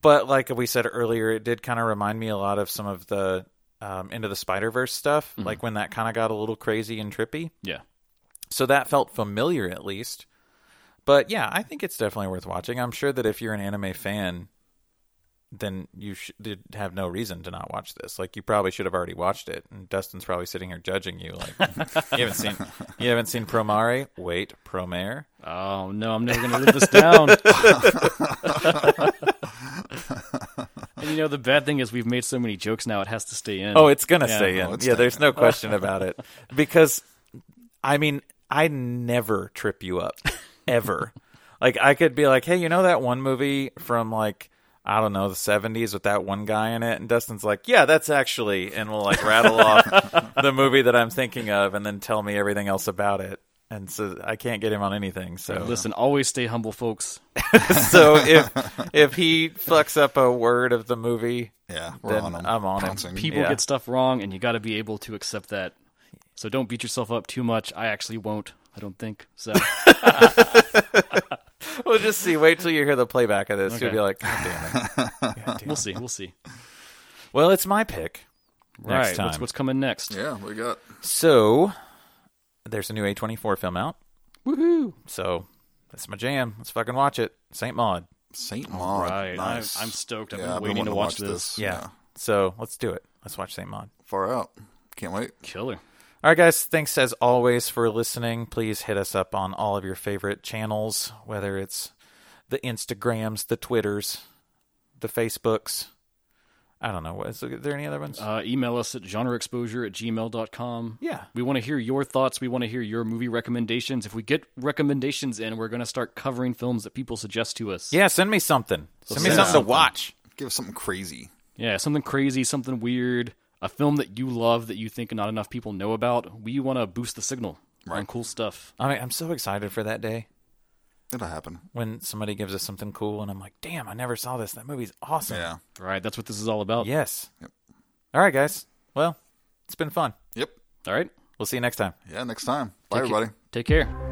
Speaker 2: but like we said earlier, it did kind of remind me a lot of some of the um, Into the Spider Verse stuff, like when that kind of got a little crazy and trippy.
Speaker 1: Yeah.
Speaker 2: So that felt familiar at least. But yeah, I think it's definitely worth watching. I'm sure that if you're an anime fan, then you should have no reason to not watch this. Like you probably should have already watched it, and Dustin's probably sitting here judging you. Like you haven't seen you haven't seen Promare. Wait, Promare.
Speaker 1: Oh no, I'm never gonna live this down. And you know, the bad thing is we've made so many jokes now, it has to stay in.
Speaker 2: Oh, it's gonna
Speaker 1: Yeah.
Speaker 2: stay in.
Speaker 3: Oh, it's
Speaker 2: yeah,
Speaker 3: staying
Speaker 2: there's no question about it. Because I mean, I never trip you up. Ever. like I could be like, Hey, you know that one movie from like I don't know, the seventies with that one guy in it and Dustin's like, Yeah, that's actually and will like rattle off the movie that I'm thinking of and then tell me everything else about it. And so I can't get him on anything. So
Speaker 1: Listen, always stay humble, folks.
Speaker 2: so if if he fucks up a word of the movie,
Speaker 3: Yeah, we're
Speaker 2: then uh,
Speaker 3: on 'em.
Speaker 2: I'm on
Speaker 3: Pouncing.
Speaker 2: him.
Speaker 1: People
Speaker 2: Yeah.
Speaker 1: get stuff wrong, and you got to be able to accept that. So don't beat yourself up too much. I actually won't. I don't think so.
Speaker 2: We'll just see. Wait till you hear the playback of this. You'll
Speaker 1: Okay.
Speaker 2: be like, God damn it.
Speaker 1: we'll see. We'll see.
Speaker 2: Well, it's my pick.
Speaker 1: right.
Speaker 2: Next
Speaker 1: What's,
Speaker 2: time.
Speaker 1: what's coming next?
Speaker 3: Yeah, we got.
Speaker 2: So there's a new A24 film out.
Speaker 1: Woohoo!
Speaker 2: So that's my jam. Let's fucking watch it. St. Maud.
Speaker 3: Saint Maud.
Speaker 1: Right.
Speaker 3: Nice.
Speaker 1: I'm, I'm stoked. I've
Speaker 3: Yeah,
Speaker 1: been waiting
Speaker 3: wanting
Speaker 1: to watch, this.
Speaker 2: Yeah. So let's do it. Let's watch St. Maud.
Speaker 3: Far out. Can't wait.
Speaker 1: Killer.
Speaker 2: All right, guys. Thanks as always for listening. Please hit us up on all of your favorite channels, whether it's the Instagrams, the Twitters, the Facebooks. I don't know. What is, are there any other ones?
Speaker 1: Uh, email us at genreexposure at gmail.com.
Speaker 2: yeah.
Speaker 1: We want to hear your thoughts. We want to hear your movie recommendations. If we get recommendations in, we're going to start covering films that people suggest to us.
Speaker 2: Yeah. Send me something. Send me
Speaker 1: send
Speaker 2: something to
Speaker 3: something.
Speaker 2: watch.
Speaker 3: Give us something crazy.
Speaker 1: Yeah, something crazy, something weird, a film that you love that you think not enough people know about. We want to boost the signal on cool stuff.
Speaker 2: I mean, I'm so excited for that day
Speaker 3: It'll happen.
Speaker 2: when somebody gives us something cool, and I'm like, "Damn, I never saw this. That movie's awesome."
Speaker 3: Yeah.
Speaker 1: All right, that's what this is all about.
Speaker 2: Yes.
Speaker 3: Yep.
Speaker 2: All right, guys. Well, it's been fun.
Speaker 3: Yep.
Speaker 1: All right,
Speaker 2: We'll see you next time.
Speaker 3: Yeah. Next time. Bye,
Speaker 1: Take care-
Speaker 3: everybody.
Speaker 1: Take care.